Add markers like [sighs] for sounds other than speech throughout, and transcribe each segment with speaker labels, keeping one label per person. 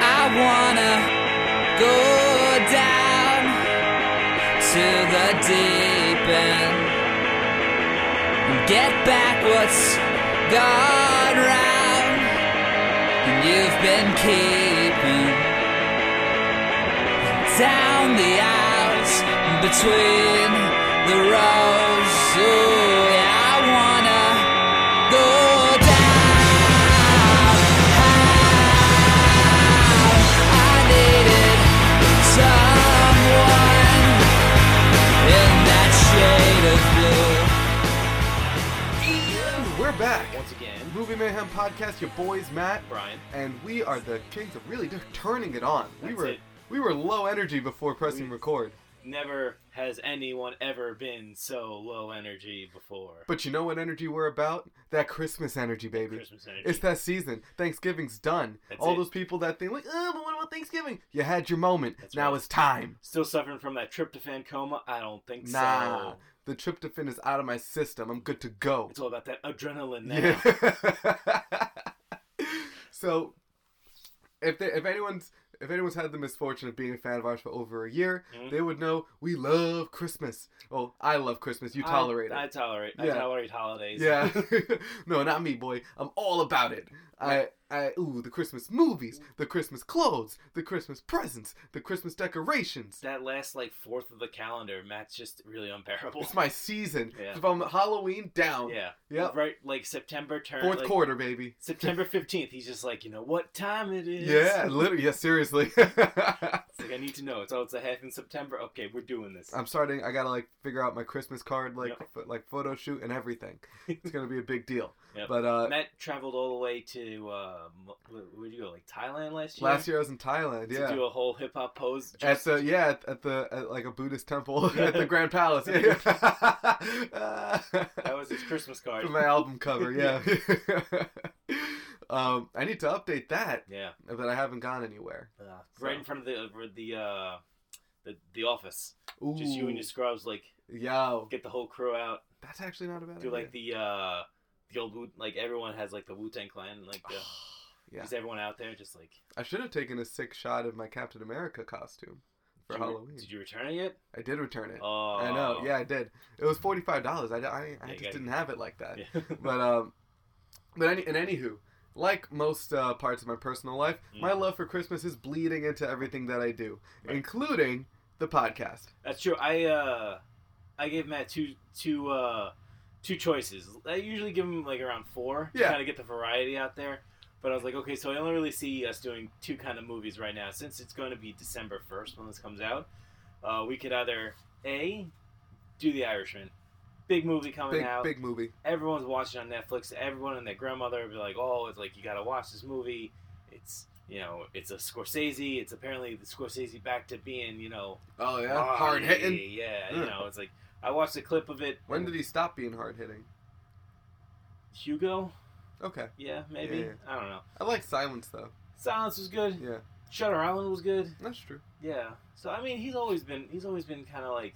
Speaker 1: wanna go down to the deep end and get back what's gone round and you've been keeping down the aisles and between the rows. Ooh, yeah, I wanna go down. I needed someone in that shade of blue.
Speaker 2: We're back.
Speaker 3: Once again,
Speaker 2: Movie Mayhem Podcast, your boys Matt,
Speaker 3: Brian.
Speaker 2: and we are the kings of really just turning it on. we
Speaker 3: That's
Speaker 2: were
Speaker 3: it.
Speaker 2: we were low energy before pressing
Speaker 3: We-
Speaker 2: record.
Speaker 3: Never has anyone ever been so low energy before.
Speaker 2: But you know what energy we're about? That Christmas energy, baby.
Speaker 3: Christmas energy.
Speaker 2: It's that season. Thanksgiving's done.
Speaker 3: That's
Speaker 2: All
Speaker 3: it.
Speaker 2: those people that think like, oh, but what about Thanksgiving? You had your moment.
Speaker 3: That's
Speaker 2: now
Speaker 3: right.
Speaker 2: it's time.
Speaker 3: Still suffering from that tryptophan coma? I don't think
Speaker 2: Nah,
Speaker 3: so.
Speaker 2: the tryptophan is out of my system. I'm good to go.
Speaker 3: It's all about that adrenaline now.
Speaker 2: Yeah. [laughs] so, if they, if anyone's if anyone's had the misfortune of being a fan of ours for over a year,
Speaker 3: Mhm.
Speaker 2: they would know we love Christmas. Well, I love Christmas. [laughs] You
Speaker 3: I-
Speaker 2: tolerate
Speaker 3: I,
Speaker 2: it.
Speaker 3: tolerate. I
Speaker 2: Yeah.
Speaker 3: tolerate holidays.
Speaker 2: yeah. [laughs] no, not me, boy. I'm all about it. I I ooh the Christmas movies, the Christmas clothes, the Christmas presents, the Christmas decorations.
Speaker 3: [laughs] That last like fourth of the calendar, Matt's just really unbearable.
Speaker 2: It's my season.
Speaker 3: Yeah.
Speaker 2: From Halloween down.
Speaker 3: [laughs] yeah.
Speaker 2: Yep.
Speaker 3: Right, like September turn.
Speaker 2: Fourth
Speaker 3: like,
Speaker 2: quarter, baby.
Speaker 3: September fifteenth. He's just like, you know what time it is.
Speaker 2: Yeah, literally. Yeah,
Speaker 3: [laughs]
Speaker 2: seriously.
Speaker 3: It's like I need to know. It's oh, it's a half in September. Okay, we're doing this.
Speaker 2: I'm starting. I gotta like figure out my Christmas card, like
Speaker 3: Yep.
Speaker 2: pho- like photo shoot and everything. It's gonna be a big deal.
Speaker 3: [laughs] Yep.
Speaker 2: But uh,
Speaker 3: Matt traveled all the way to uh, m- where- where'd you go? Like Thailand last year.
Speaker 2: last year I was in Thailand.
Speaker 3: to
Speaker 2: Yeah.
Speaker 3: do a whole hip hop
Speaker 2: [laughs]
Speaker 3: pose.
Speaker 2: at
Speaker 3: Just,
Speaker 2: the yeah at, at the at, like a Buddhist
Speaker 3: [laughs]
Speaker 2: temple
Speaker 3: Yeah.
Speaker 2: at the Grand Palace. Yeah, yeah.
Speaker 3: [laughs]
Speaker 2: [laughs]
Speaker 3: that was his Christmas card.
Speaker 2: for my album cover. Yeah.
Speaker 3: [laughs]
Speaker 2: [laughs] um, I need to update that,
Speaker 3: yeah,
Speaker 2: but I haven't gone anywhere.
Speaker 3: uh, right in front of the uh, the uh, the the office.
Speaker 2: Ooh,
Speaker 3: Just you and your scrubs. Like
Speaker 2: yo,
Speaker 3: get the whole crew out.
Speaker 2: that's actually not a bad
Speaker 3: Do
Speaker 2: idea.
Speaker 3: like the uh, the old Wu- like everyone has like the Wu Tang Clan. Like the,
Speaker 2: [sighs] yeah,
Speaker 3: just everyone out there just like.
Speaker 2: I should have taken a sick shot of my Captain America costume for
Speaker 3: did you re-
Speaker 2: Halloween.
Speaker 3: Did you return it yet?
Speaker 2: I did return it.
Speaker 3: Oh,
Speaker 2: I know. Yeah, I did. It was forty five dollars. I, I, I
Speaker 3: Yeah, you
Speaker 2: just
Speaker 3: gotta-
Speaker 2: didn't have it like that.
Speaker 3: [laughs] Yeah.
Speaker 2: But um, but any and anywho, like most uh, parts of my personal life, my
Speaker 3: Mhm.
Speaker 2: love for Christmas is bleeding into everything that I do,
Speaker 3: Right.
Speaker 2: including the podcast.
Speaker 3: That's true. I uh, I gave Matt two two uh, two choices. I usually give him like around four to
Speaker 2: Yeah.
Speaker 3: kind of get the variety out there. But I was like, okay, so I only really see us doing two kind of movies right now. Since it's going to be December first when this comes out, uh, we could either a do The Irishman, big movie coming
Speaker 2: Big
Speaker 3: out.
Speaker 2: big movie.
Speaker 3: Everyone's watching on Netflix. Everyone and their grandmother would be like, oh, it's like you got to watch this movie. It's you know, it's a Scorsese. It's apparently the Scorsese back to being you know
Speaker 2: Oh yeah,
Speaker 3: Ah,
Speaker 2: hard
Speaker 3: yeah,
Speaker 2: hitting.
Speaker 3: Yeah,
Speaker 2: Yeah.
Speaker 3: you know, it's like I watched a clip of it.
Speaker 2: When did he stop being hard hitting?
Speaker 3: Hugo?
Speaker 2: Okay,
Speaker 3: Yeah, maybe.
Speaker 2: Yeah, yeah.
Speaker 3: I don't know.
Speaker 2: I like Silence though.
Speaker 3: Silence was good.
Speaker 2: Yeah,
Speaker 3: Shutter Island was good.
Speaker 2: that's true.
Speaker 3: Yeah. So I mean, he's always been he's always been kind of like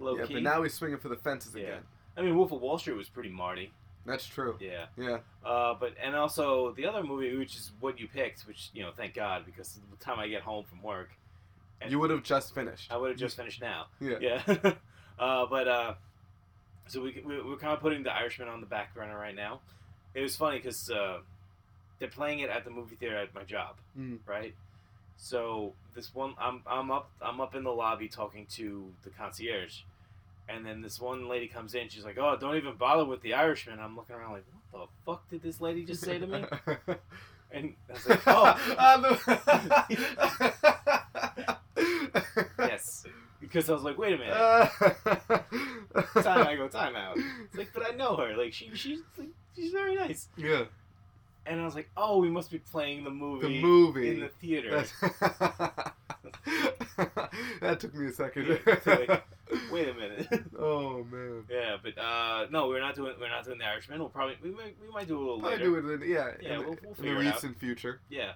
Speaker 3: low
Speaker 2: yeah,
Speaker 3: key.
Speaker 2: but now he's swinging for the fences
Speaker 3: Yeah.
Speaker 2: again.
Speaker 3: I mean, Wolf of Wall Street was pretty Marty.
Speaker 2: That's true.
Speaker 3: Yeah.
Speaker 2: Yeah,
Speaker 3: Uh, but and also the other movie, which is what you picked, which you know, thank God, because the time I get home from work, And-
Speaker 2: you would have just finished.
Speaker 3: I would have just finished now.
Speaker 2: Yeah.
Speaker 3: Yeah. [laughs] uh, but uh, so we, we we're kind of putting the Irishman on the back burner right now. It was funny because uh, they're playing it at the movie theater at my job,
Speaker 2: Mm.
Speaker 3: right? So this one, I'm I'm up I'm up in the lobby talking to the concierge, and then this one lady comes in. She's like, "Oh, don't even bother with the Irishman." I'm looking around like, "What the fuck did this lady just say
Speaker 2: [laughs]
Speaker 3: to me?" And I was like, [laughs] "Oh, yes," because I was like, "Wait a
Speaker 2: Uh,
Speaker 3: minute."
Speaker 2: [laughs]
Speaker 3: Time I go time out. It's like, but I know her. Like she she's like, she's very nice.
Speaker 2: yeah,
Speaker 3: And I was like, oh, we must be playing the movie.
Speaker 2: the movie.
Speaker 3: in the theater.
Speaker 2: That's- [laughs] that took me a second.
Speaker 3: Yeah, so like- Wait a minute.
Speaker 2: [laughs]
Speaker 3: [laughs]
Speaker 2: oh man,
Speaker 3: yeah, but uh, no, we're not doing we're not doing the Irishman. We'll probably we might we might do a little
Speaker 2: I
Speaker 3: later.
Speaker 2: do it in yeah,
Speaker 3: Yeah,
Speaker 2: in,
Speaker 3: we'll- we'll
Speaker 2: in the
Speaker 3: figure it out.
Speaker 2: recent future.
Speaker 3: Yeah.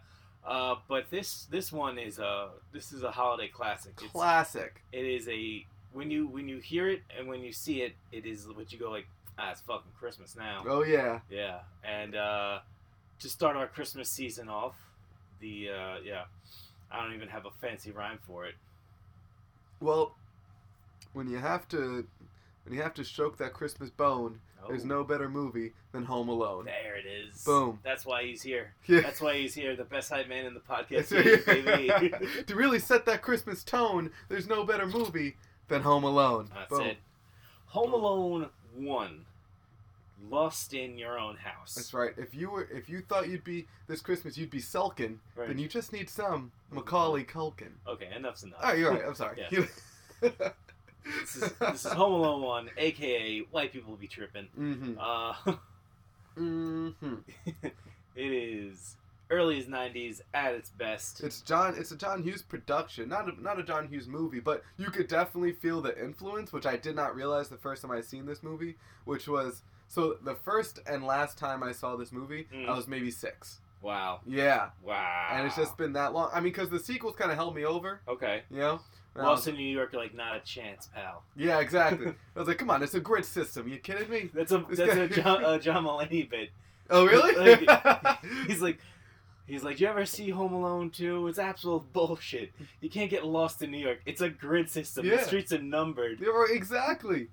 Speaker 3: Uh, but this this one is a this is a holiday classic. It's,
Speaker 2: Classic.
Speaker 3: it is a when you when you hear it and when you see it, it is what you go like ah, it's fucking Christmas now.
Speaker 2: Oh yeah,
Speaker 3: Yeah, and uh, to start our Christmas season off, the uh, yeah. I don't even have a fancy rhyme for it.
Speaker 2: Well, when you have to when you have to stroke that Christmas bone, there's
Speaker 3: Oh,
Speaker 2: no better movie than Home Alone.
Speaker 3: There it is.
Speaker 2: Boom.
Speaker 3: That's why he's here.
Speaker 2: [laughs] Yeah.
Speaker 3: That's why he's here. The best hype man in
Speaker 2: [laughs]
Speaker 3: the podcast. series, baby.
Speaker 2: to really set that Christmas tone, there's no better movie than Home Alone.
Speaker 3: That's
Speaker 2: Boom.
Speaker 3: it. Home Alone One, Lost in Your Own House.
Speaker 2: That's right. If you were, if you thought you'd be this Christmas, you'd be sulking.
Speaker 3: Right.
Speaker 2: Then you just need some Macaulay Culkin.
Speaker 3: Okay, enough's enough.
Speaker 2: Oh, you're right. I'm sorry.
Speaker 3: Yeah. This is, this is
Speaker 2: [laughs] mm-hmm.
Speaker 3: Home Alone One, aka White People Be Tripping. Uh, [laughs]
Speaker 2: Mm-hmm.
Speaker 3: it is early as '90s at its best.
Speaker 2: It's John. It's a John Hughes production, not a, not a John Hughes movie, but you could definitely feel the influence, which I did not realize the first time I seen this movie, which was so the first and last time I saw this movie,
Speaker 3: Mm.
Speaker 2: I was maybe six.
Speaker 3: Wow,
Speaker 2: Yeah,
Speaker 3: wow.
Speaker 2: and it's just been that long. I mean, because the sequels kind of held me over,
Speaker 3: okay.
Speaker 2: you know. And I was-
Speaker 3: Lost in New York, you're like not a chance, pal.
Speaker 2: yeah,
Speaker 3: [laughs]
Speaker 2: exactly. I was like, come on, it's a grid system. You kidding me?
Speaker 3: That's a
Speaker 2: This
Speaker 3: that's
Speaker 2: guy- [laughs]
Speaker 3: a John, a John Mulaney bit. [laughs]
Speaker 2: Oh, really? [laughs]
Speaker 3: He's like, [laughs] he's like, you ever see Home Alone 2? It's absolute bullshit. You can't get lost in New York. It's a grid system.
Speaker 2: Yeah.
Speaker 3: The streets are numbered.
Speaker 2: Yeah, right, exactly.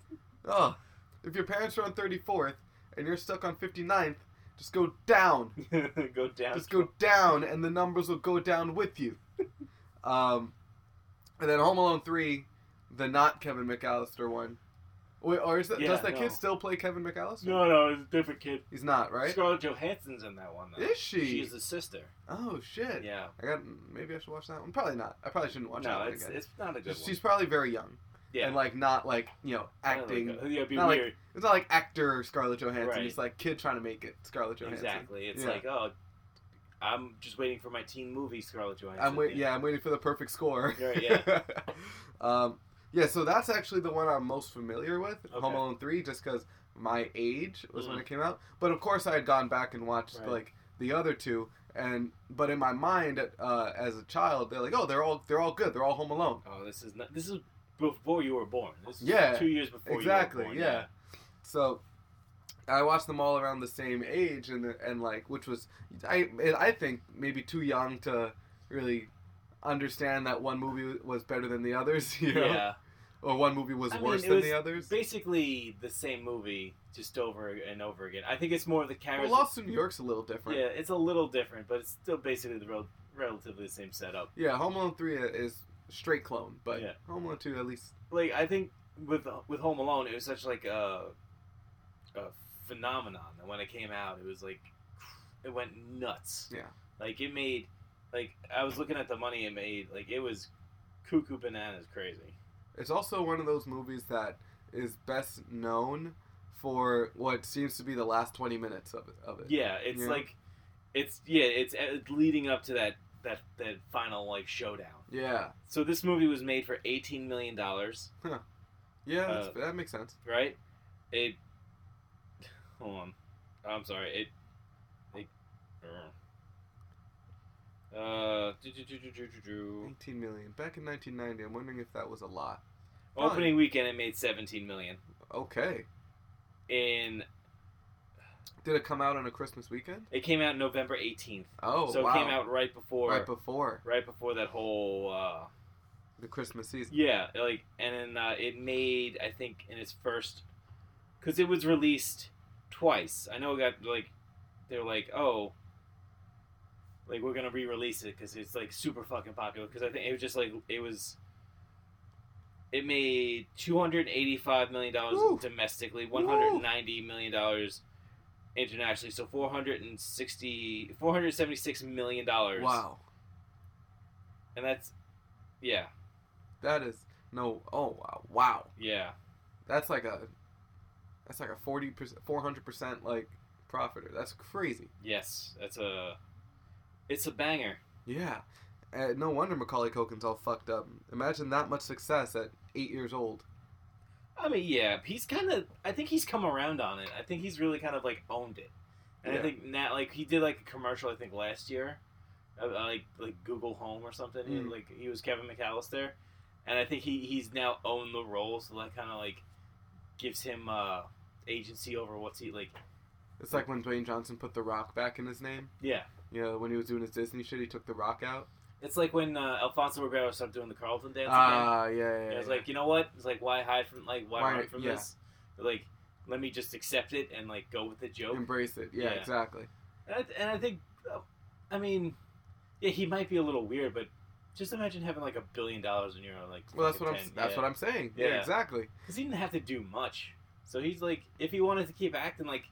Speaker 2: Oh, if your parents are on 34th and you're stuck on 59th, just go down.
Speaker 3: [laughs] go down.
Speaker 2: Just go down, and the numbers will go down with you. [laughs] Um, and then Home Alone 3, the not Kevin McAllister one. Wait, or is that,
Speaker 3: Yeah,
Speaker 2: does that
Speaker 3: no.
Speaker 2: kid still play Kevin McAllister?
Speaker 3: No, no, it's a different kid.
Speaker 2: He's not, right?
Speaker 3: Scarlett Johansson's in that one though.
Speaker 2: Is she?
Speaker 3: She's the sister.
Speaker 2: Oh, shit.
Speaker 3: Yeah.
Speaker 2: I got, maybe I should watch that one. Probably not. I probably shouldn't watch that
Speaker 3: no,
Speaker 2: one
Speaker 3: it's,
Speaker 2: again.
Speaker 3: it's not a good
Speaker 2: Just-
Speaker 3: one.
Speaker 2: she's probably very young.
Speaker 3: yeah.
Speaker 2: And, like, not, like, you know,
Speaker 3: I don't
Speaker 2: acting.
Speaker 3: like that. yeah, it'd be
Speaker 2: not like
Speaker 3: weird.
Speaker 2: It's not like actor Scarlett Johansson.
Speaker 3: Right.
Speaker 2: It's like kid trying to make it Scarlett Johansson.
Speaker 3: exactly. It's
Speaker 2: Yeah.
Speaker 3: like, oh, I'm just waiting for my teen movie, Scarlett Johansson.
Speaker 2: I'm wait. Yeah, I'm waiting for the perfect score.
Speaker 3: Right, yeah.
Speaker 2: [laughs] um, yeah. So that's actually the one I'm most familiar with, Home
Speaker 3: Okay.
Speaker 2: Alone Three, just because my age was when
Speaker 3: Mhm.
Speaker 2: it came out. But of course, I had gone back and watched
Speaker 3: Right.
Speaker 2: like the other two, and but in my mind, uh, as a child, they're like, oh, they're all they're all good. They're all Home Alone.
Speaker 3: Oh, this is not. This is before you were born. This is
Speaker 2: Yeah,
Speaker 3: Two years before.
Speaker 2: exactly,
Speaker 3: You were born.
Speaker 2: yeah. So I watched them all around the same age, and and like which was I and I think maybe too young to really understand that one movie was better than the others, [laughs] you know,
Speaker 3: Yeah.
Speaker 2: or one movie was
Speaker 3: I mean,
Speaker 2: worse
Speaker 3: it
Speaker 2: than
Speaker 3: was
Speaker 2: the others.
Speaker 3: Basically the same movie, just over and over again. I think it's more of the
Speaker 2: Well,
Speaker 3: characters.
Speaker 2: Lost in New York's a little different.
Speaker 3: yeah, it's a little different, but it's still basically the rel- relatively the same setup.
Speaker 2: Yeah, Home Alone three is straight clone, but
Speaker 3: Yeah.
Speaker 2: Home Alone two at least.
Speaker 3: Like I think with with Home Alone, it was such like a, a phenomenon that when it came out, it was like it went nuts.
Speaker 2: Yeah.
Speaker 3: Like it made like I was looking at the money it made. Like it was cuckoo bananas crazy.
Speaker 2: It's also one of those movies that is best known for what seems to be the last twenty minutes of it. Of it.
Speaker 3: Yeah, it's
Speaker 2: Yeah.
Speaker 3: like it's yeah, it's, it's leading up to that that that final like showdown.
Speaker 2: Yeah.
Speaker 3: So this movie was made for 18 million dollars,
Speaker 2: Yeah,
Speaker 3: Uh,
Speaker 2: that's- that makes sense.
Speaker 3: right? It Hold on. I'm sorry. It it uh do- do- do- do- do- do- do.
Speaker 2: 19 million. Back in 1990, I'm wondering if that was a lot.
Speaker 3: opening weekend it made 17 million
Speaker 2: Okay.
Speaker 3: in
Speaker 2: Did it come out on a Christmas weekend?
Speaker 3: it came out November 18th.
Speaker 2: Oh,
Speaker 3: so
Speaker 2: wow.
Speaker 3: it came out right before
Speaker 2: right before
Speaker 3: right before that whole uh
Speaker 2: the Christmas season.
Speaker 3: Yeah, like and then uh, it made I think in its first because it was released twice. I know it got like they're like oh like we're gonna re-release it because it's like super fucking popular because I think it was just like it was it made 285 million dollars
Speaker 2: Woo.
Speaker 3: domestically 190 million dollars internationally so 460 476 million dollars
Speaker 2: Wow.
Speaker 3: and that's yeah
Speaker 2: That is no. Oh wow. Wow.
Speaker 3: yeah
Speaker 2: That's like a. That's like a 40 percent, 400 percent like profiter. That's crazy.
Speaker 3: Yes, that's a. It's a banger.
Speaker 2: Yeah. Uh, no wonder Macaulay Culkin's all fucked up. Imagine that much success at eight years old.
Speaker 3: I mean, yeah, he's kind of. I think he's come around on it. I think he's really kind of like owned it, and
Speaker 2: Yeah.
Speaker 3: I think now, like he did like a commercial I think last year, uh, uh, like like Google Home or something. He-
Speaker 2: Mm.
Speaker 3: like he was Kevin McAllister, and I think he he's now owned the role, so that kind of like gives him uh agency over what's he like.
Speaker 2: It's like when Dwayne Johnson put The Rock back in his name.
Speaker 3: Yeah,
Speaker 2: You know, when he was doing his Disney shit, he took the rock out.
Speaker 3: It's like when uh, Alfonso Ribeiro stopped doing the Carlton dance. again.
Speaker 2: Ah, yeah, yeah.
Speaker 3: And I was
Speaker 2: yeah.
Speaker 3: like, you know what? It's like why hide from like why,
Speaker 2: Why-
Speaker 3: run from
Speaker 2: yeah.
Speaker 3: this? Like, let me just accept it and like go with the joke.
Speaker 2: embrace it. Yeah,
Speaker 3: Yeah.
Speaker 2: exactly.
Speaker 3: And I, and I think, uh, I mean, yeah, he might be a little weird, but just imagine having like a billion dollars in your own like.
Speaker 2: Well, that's what I'm. That's what I'm saying. Yeah,
Speaker 3: Yeah.
Speaker 2: exactly.
Speaker 3: Because he didn't have to do much, so he's like, if he wanted to keep acting like,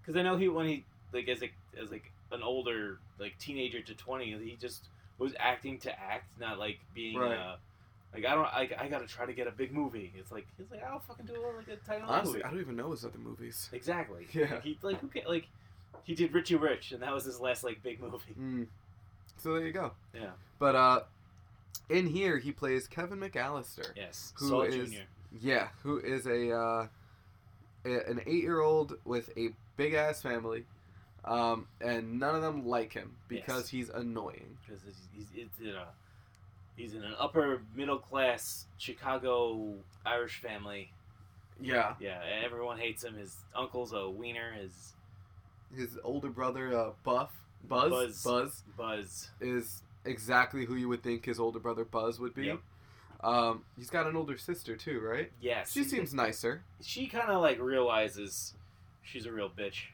Speaker 3: because I know he when he like as like as like an older like teenager to twenty, he just was acting to act, not like being.
Speaker 2: Right.
Speaker 3: Uh, like I don't, I, I gotta try to get a big movie. It's like he's like I'll fucking do a, like a tiny little
Speaker 2: Honestly,
Speaker 3: movie.
Speaker 2: I don't even know his other movies.
Speaker 3: Exactly.
Speaker 2: [laughs] Yeah.
Speaker 3: Like, he like who ca- like he did Richie Rich, and that was his last like
Speaker 2: [laughs]
Speaker 3: big movie.
Speaker 2: Mm. So there you go.
Speaker 3: Yeah.
Speaker 2: But uh, in here he plays Kevin McAllister.
Speaker 3: Yes.
Speaker 2: Who
Speaker 3: Saul
Speaker 2: is-
Speaker 3: Junior.
Speaker 2: Yeah, who is a, uh, a an eight year old with a big ass family, um, and none of them like him because
Speaker 3: Yes.
Speaker 2: he's annoying.
Speaker 3: because he's, he's, it's in a he's in an upper middle class Chicago Irish family.
Speaker 2: Yeah,
Speaker 3: Yeah, everyone hates him. His uncle's a wiener. His
Speaker 2: his older brother uh, Buff Buzz,
Speaker 3: Buzz.
Speaker 2: Buzz
Speaker 3: Buzz.
Speaker 2: is exactly who you would think his older brother Buzz would be.
Speaker 3: Yep.
Speaker 2: Um, he's got an older sister too, right?
Speaker 3: Yes,
Speaker 2: She seems nicer.
Speaker 3: she kind of like realizes she's a real bitch.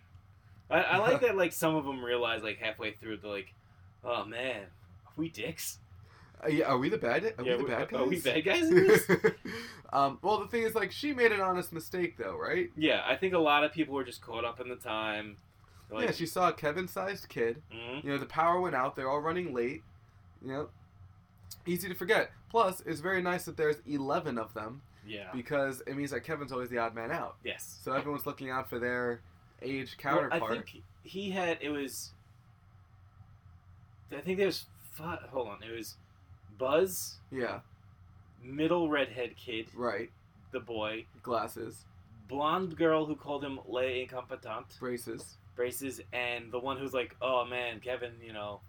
Speaker 3: I,
Speaker 2: [laughs]
Speaker 3: I like that. Like some of them realize like halfway through they're like, oh man, are we dicks?
Speaker 2: Uh, yeah, are we the bad? Are
Speaker 3: yeah,
Speaker 2: we the bad guys?
Speaker 3: are we bad guys?
Speaker 2: [laughs]
Speaker 3: In this?
Speaker 2: um, well, the thing is, like, she made an honest mistake, though, right?
Speaker 3: yeah, I think a lot of people were just caught up in the time. They're Like,
Speaker 2: yeah, she saw a Kevin-sized kid.
Speaker 3: "Mhm."
Speaker 2: You know, the power went out. They're all running late. You know, easy to forget. Plus, it's very nice that there's 11 of them
Speaker 3: yeah.
Speaker 2: because it means that Kevin's always the odd man out.
Speaker 3: Yes.
Speaker 2: So everyone's looking out for their age
Speaker 3: Well,
Speaker 2: counterpart.
Speaker 3: I think he had it was. I think there's fi- hold on. It was Buzz,
Speaker 2: Yeah,
Speaker 3: middle redhead kid,
Speaker 2: right.
Speaker 3: the boy,
Speaker 2: Glasses,
Speaker 3: blonde girl who called him Le Incompetente,
Speaker 2: braces.
Speaker 3: braces, and the one who's like, oh man, Kevin, you know,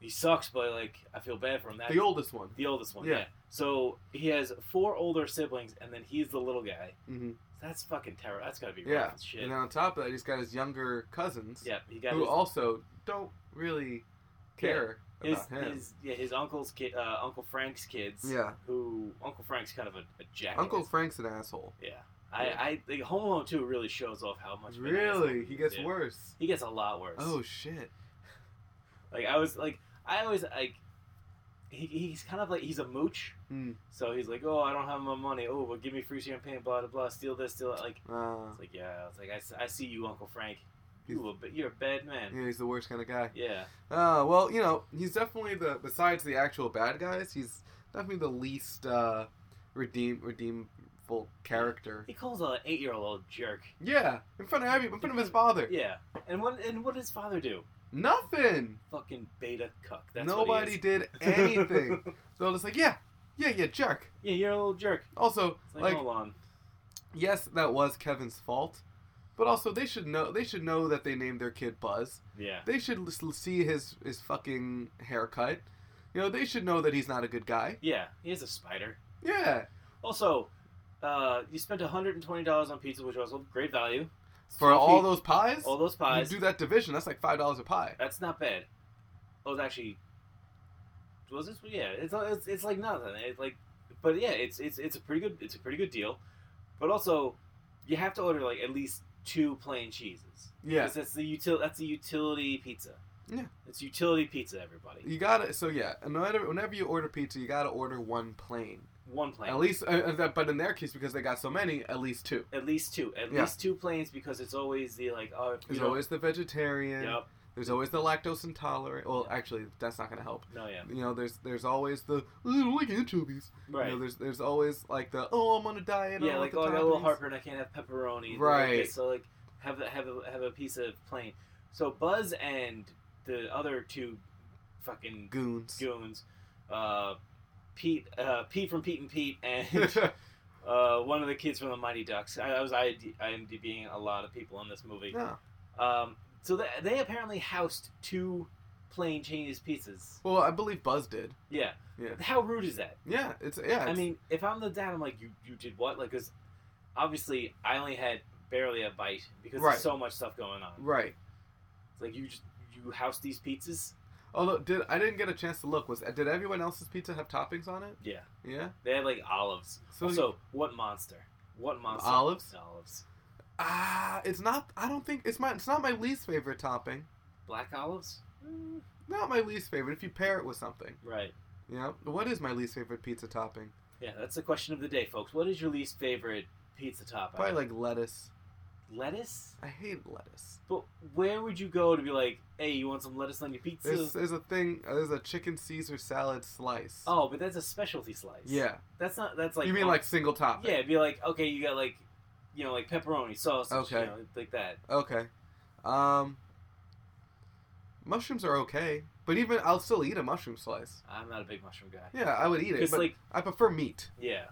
Speaker 3: he sucks, but like I feel bad for him. That's
Speaker 2: The oldest one.
Speaker 3: the oldest one.
Speaker 2: Yeah.
Speaker 3: yeah. So he has four older siblings, and then he's the little guy.
Speaker 2: hmm
Speaker 3: That's fucking terrible. That's gotta be rough
Speaker 2: Yeah.
Speaker 3: as shit.
Speaker 2: And then on top of that, he's got his younger cousins
Speaker 3: yeah, he got
Speaker 2: who
Speaker 3: his-
Speaker 2: also don't really care
Speaker 3: his,
Speaker 2: about him.
Speaker 3: his yeah his uncle's kid uh, Uncle Frank's kids.
Speaker 2: yeah.
Speaker 3: Who Uncle Frank's kind of a, a jackass.
Speaker 2: Uncle Frank's an asshole.
Speaker 3: Yeah. I
Speaker 2: Yeah.
Speaker 3: I think Home Alone two really shows off how much. of an
Speaker 2: Really?
Speaker 3: asshole
Speaker 2: He gets
Speaker 3: is, yeah.
Speaker 2: worse.
Speaker 3: He gets a lot worse.
Speaker 2: Oh shit.
Speaker 3: Like I was like I always like. He, he's kind of like he's a mooch,
Speaker 2: Hmm.
Speaker 3: so he's like, "Oh, I don't have my money. Oh, well, give me free champagne, blah blah blah. Steal this, steal that." Like,
Speaker 2: Uh,
Speaker 3: it's like yeah, it's like I, s- I see you, Uncle Frank.
Speaker 2: He's-
Speaker 3: You a bit, you're a bad man.
Speaker 2: yeah, he's the worst kind of guy.
Speaker 3: Yeah,
Speaker 2: Uh, well, you know, he's definitely the besides the actual bad guys, he's definitely the least uh redeem redeemful character.
Speaker 3: he calls a eight year old jerk.
Speaker 2: Yeah, in front of Abby, in front of
Speaker 3: [laughs]
Speaker 2: his father.
Speaker 3: Yeah, and what and what does his father do?
Speaker 2: Nothing.
Speaker 3: fucking beta cuck. That's
Speaker 2: Nobody
Speaker 3: what [laughs]
Speaker 2: did
Speaker 3: he is.
Speaker 2: anything. so I'm just like, yeah, yeah, yeah, jerk.
Speaker 3: yeah, you're a little jerk.
Speaker 2: Also,
Speaker 3: It's like, oh,
Speaker 2: like,
Speaker 3: hold on.
Speaker 2: yes, that was Kevin's fault, but also they should know they should know that they named their kid Buzz.
Speaker 3: Yeah.
Speaker 2: They should l- see his his fucking haircut. You know, they should know that he's not a good guy.
Speaker 3: Yeah, he is a spider.
Speaker 2: Yeah,
Speaker 3: Also, uh, you spent $120 on pizza, which was a great value.
Speaker 2: for
Speaker 3: Sophie-
Speaker 2: all those pies,
Speaker 3: All those pies.
Speaker 2: you do that division. That's like five dollars a pie.
Speaker 3: That's not bad. Oh, it's actually. Was this? Yeah, it's, it's it's like nothing. It's like, but yeah, it's it's it's a pretty good it's a pretty good deal, but also, you have to order like at least two plain cheeses.
Speaker 2: Yeah,
Speaker 3: 'Cause that's the util that's a utility pizza.
Speaker 2: Yeah.
Speaker 3: It's utility pizza, everybody.
Speaker 2: you gotta. So yeah, and no matter whenever you order pizza, you gotta order one plain.
Speaker 3: One plain.
Speaker 2: At least, uh, uh, that- but in their case, because they got so many, at least two.
Speaker 3: At least two. At
Speaker 2: Yeah.
Speaker 3: least two planes because it's always the like oh if you
Speaker 2: There's
Speaker 3: don't-
Speaker 2: always the vegetarian.
Speaker 3: Yep.
Speaker 2: There's always the lactose intolerant. Well, actually, that's not gonna help.
Speaker 3: No yeah.
Speaker 2: You know, there's there's always the "Oh, I don't like anchovies.
Speaker 3: Right.
Speaker 2: You know, there's there's always like the oh I'm on a diet. I
Speaker 3: yeah,
Speaker 2: don't
Speaker 3: like,
Speaker 2: the
Speaker 3: oh I got a little
Speaker 2: toppings."
Speaker 3: heartburn, I can't have pepperoni. like
Speaker 2: Right.
Speaker 3: this, so like have a have a have a piece of plain. So Buzz and the other two fucking
Speaker 2: Goons.
Speaker 3: goons, uh Pete uh Pete from Pete and Pete
Speaker 2: [laughs]
Speaker 3: and uh one of the kids from the Mighty Ducks. I, I was ID, IMDBing a lot of people in this movie.
Speaker 2: no.
Speaker 3: Um so they, they apparently housed two plain Chinese pizzas.
Speaker 2: Well, I believe Buzz did.
Speaker 3: Yeah.
Speaker 2: Yeah.
Speaker 3: How rude is that?
Speaker 2: Yeah, it's yeah.
Speaker 3: I
Speaker 2: it's-
Speaker 3: mean, if I'm the dad, I'm like, you, you did what? Like, because obviously I only had barely a bite because
Speaker 2: Right.
Speaker 3: there's so much stuff going on.
Speaker 2: right.
Speaker 3: It's like you just you house these pizzas?
Speaker 2: Although, did I didn't get a chance to look. Was did everyone else's pizza have toppings on it?
Speaker 3: Yeah.
Speaker 2: Yeah.
Speaker 3: They had like olives.
Speaker 2: So
Speaker 3: also, what monster? What monster?
Speaker 2: Olives?
Speaker 3: Olives.
Speaker 2: ah, it's not. I don't think it's my. It's not my least favorite topping.
Speaker 3: Black olives? Mm,
Speaker 2: Not my least favorite. If you pair it with something,
Speaker 3: Right.
Speaker 2: you know. What is my least favorite pizza topping?
Speaker 3: Yeah, that's the question of the day, folks. What is your least favorite pizza topping?
Speaker 2: Probably like lettuce.
Speaker 3: lettuce.
Speaker 2: I hate lettuce.
Speaker 3: But where would you go to be like, hey, you want some lettuce on your pizza?
Speaker 2: There's, there's a thing. uh, There's a chicken Caesar salad slice.
Speaker 3: Oh, but that's a specialty slice.
Speaker 2: yeah.
Speaker 3: That's not. That's like.
Speaker 2: you mean
Speaker 3: oh,
Speaker 2: like single topping?
Speaker 3: Yeah, it'd be like okay, you got like, you know, like pepperoni sauce.
Speaker 2: Okay.
Speaker 3: You know, like that.
Speaker 2: Okay. Um. Mushrooms are okay, but even I'll still eat a mushroom slice.
Speaker 3: I'm not a big mushroom guy.
Speaker 2: Yeah, I would eat it,
Speaker 3: Because
Speaker 2: but
Speaker 3: like
Speaker 2: I prefer meat.
Speaker 3: yeah,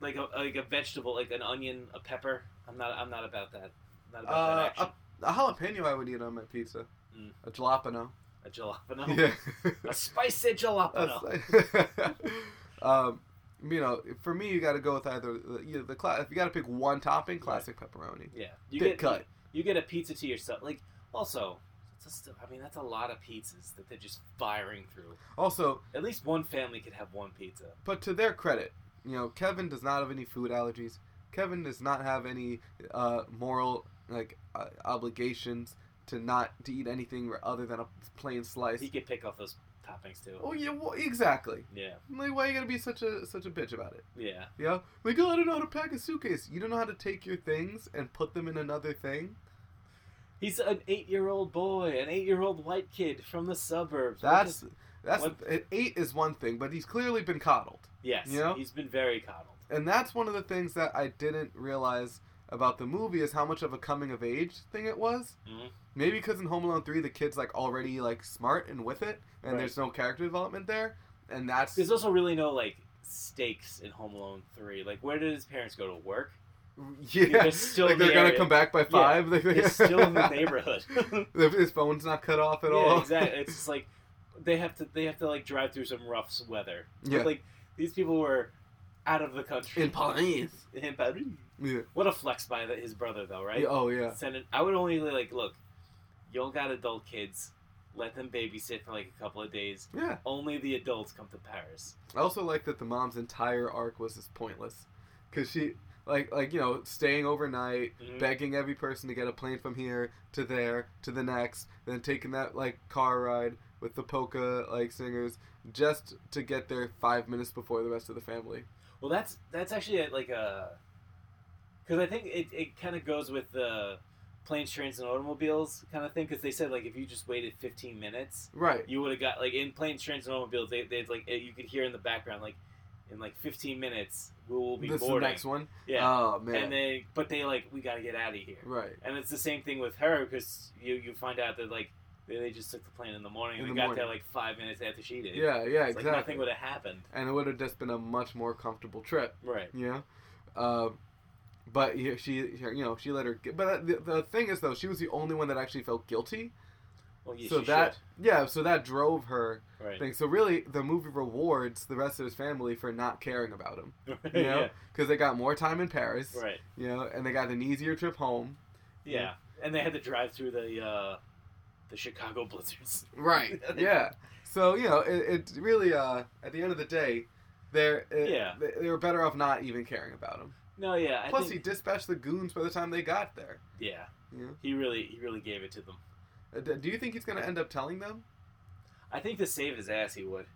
Speaker 3: like a like a vegetable, like an onion, a pepper. I'm not. I'm not about that. Not about
Speaker 2: Uh,
Speaker 3: that action.
Speaker 2: A jalapeno I would eat on my pizza.
Speaker 3: Mm.
Speaker 2: A jalapeno.
Speaker 3: [laughs] A jalapeno.
Speaker 2: [laughs] Yeah.
Speaker 3: A spicy jalapeno.
Speaker 2: That's- [laughs] um, you know, for me, you got to go with either you know, the cla- if you got to pick one topping, classic pepperoni.
Speaker 3: yeah. You
Speaker 2: Thick
Speaker 3: get
Speaker 2: cut.
Speaker 3: You, get a pizza to yourself. Like also. it's Just, I mean, that's a lot of pizzas that they're just firing through.
Speaker 2: Also,
Speaker 3: At least one family could have one pizza.
Speaker 2: but to their credit, you know, Kevin does not have any food allergies. Kevin does not have any uh, moral like uh, obligations to not to eat anything other than a plain slice.
Speaker 3: He could pick off those toppings too.
Speaker 2: Oh yeah, well, exactly.
Speaker 3: Yeah,
Speaker 2: Like, why you gotta be such a such a bitch about it?
Speaker 3: yeah.
Speaker 2: You know, like oh, I don't know how to pack a suitcase. You don't know how to take your things and put them in another thing.
Speaker 3: He's an eight-year-old boy, an eight-year-old white kid from the suburbs. What
Speaker 2: That's
Speaker 3: does-
Speaker 2: that's
Speaker 3: what-
Speaker 2: an eight is one thing, but he's clearly been coddled,
Speaker 3: yes.
Speaker 2: you know?
Speaker 3: He's been very coddled.
Speaker 2: and that's one of the things that I didn't realize about the movie is how much of a coming of age thing it was.
Speaker 3: Mhm.
Speaker 2: Maybe because in Home Alone three, the kid's like already like smart and with it, and
Speaker 3: Right.
Speaker 2: there's no character development there, and that's
Speaker 3: There's also really no like stakes in Home Alone Three. Like, where did his parents go to work?
Speaker 2: [laughs] yeah,
Speaker 3: they're still
Speaker 2: like
Speaker 3: in
Speaker 2: they're
Speaker 3: the
Speaker 2: gonna
Speaker 3: area.
Speaker 2: come back by five. Like, [laughs]
Speaker 3: They're still in the neighborhood.
Speaker 2: His phone's not cut off at
Speaker 3: yeah,
Speaker 2: all.
Speaker 3: exactly. It's just like they have to they have to like drive through some rough weather. But,
Speaker 2: Yeah.
Speaker 3: like these people were out of the
Speaker 2: [laughs]
Speaker 3: country.
Speaker 2: In Paris.
Speaker 3: In Paris.
Speaker 2: Yeah.
Speaker 3: What a flex by the, his brother, though, right?
Speaker 2: Yeah, Oh yeah.
Speaker 3: Send it. I would only like look. Y'all got adult kids. Let them babysit for like a couple of days.
Speaker 2: Yeah.
Speaker 3: Only the adults come to Paris.
Speaker 2: I also like that the mom's entire arc was just pointless, because she like like you know staying overnight,
Speaker 3: Mhm.
Speaker 2: begging every person to get a plane from here to there to the next, then taking that like car ride with the polka like singers just to get there five minutes before the rest of the family.
Speaker 3: Well, that's that's actually uh, like a because I think it, it kind of goes with the planes, trains, and automobiles kind of thing. Because they said like if you just waited fifteen minutes,
Speaker 2: Right.
Speaker 3: you would have got like in planes, trains, and automobiles. They they like eh, you could hear in the background like in like fifteen minutes we will be
Speaker 2: This is the
Speaker 3: boarding.
Speaker 2: next one.
Speaker 3: Yeah,
Speaker 2: Oh man.
Speaker 3: and they but they like we got to get out of here.
Speaker 2: right.
Speaker 3: And it's the same thing with her because you you find out that like they, they just took the plane in the morning and
Speaker 2: In
Speaker 3: they
Speaker 2: the
Speaker 3: got
Speaker 2: morning.
Speaker 3: there like five minutes after she did.
Speaker 2: Yeah. Yeah.
Speaker 3: It's
Speaker 2: exactly.
Speaker 3: like nothing would have happened.
Speaker 2: and it would have just been a much more comfortable trip.
Speaker 3: Right.
Speaker 2: Yeah. Um, but yeah, she, you know, she let her. Get, but the, the thing is, though, she was the only one that actually felt guilty.
Speaker 3: Well, yeah,
Speaker 2: so
Speaker 3: she
Speaker 2: that, yeah, so that drove her
Speaker 3: should. right.
Speaker 2: thing. So really, the movie rewards the rest of his family for not caring about
Speaker 3: [laughs]
Speaker 2: him. You know, because they got more time in Paris.
Speaker 3: yeah. Right.
Speaker 2: You know, and they got an easier trip home.
Speaker 3: Yeah. And they had to drive through the uh, the Chicago [laughs] blizzards. [laughs]
Speaker 2: Right. yeah. So you know, it, it really, uh, at the end of the day, they're it,
Speaker 3: Yeah.
Speaker 2: they, they were better off not even caring about him.
Speaker 3: No, yeah. I
Speaker 2: Plus,
Speaker 3: think,
Speaker 2: he dispatched the goons by the time they got there.
Speaker 3: yeah.
Speaker 2: Yeah.
Speaker 3: He really he really gave it to them.
Speaker 2: Uh, d- Do you think he's gonna end up telling them?
Speaker 3: I think to save his ass, he would.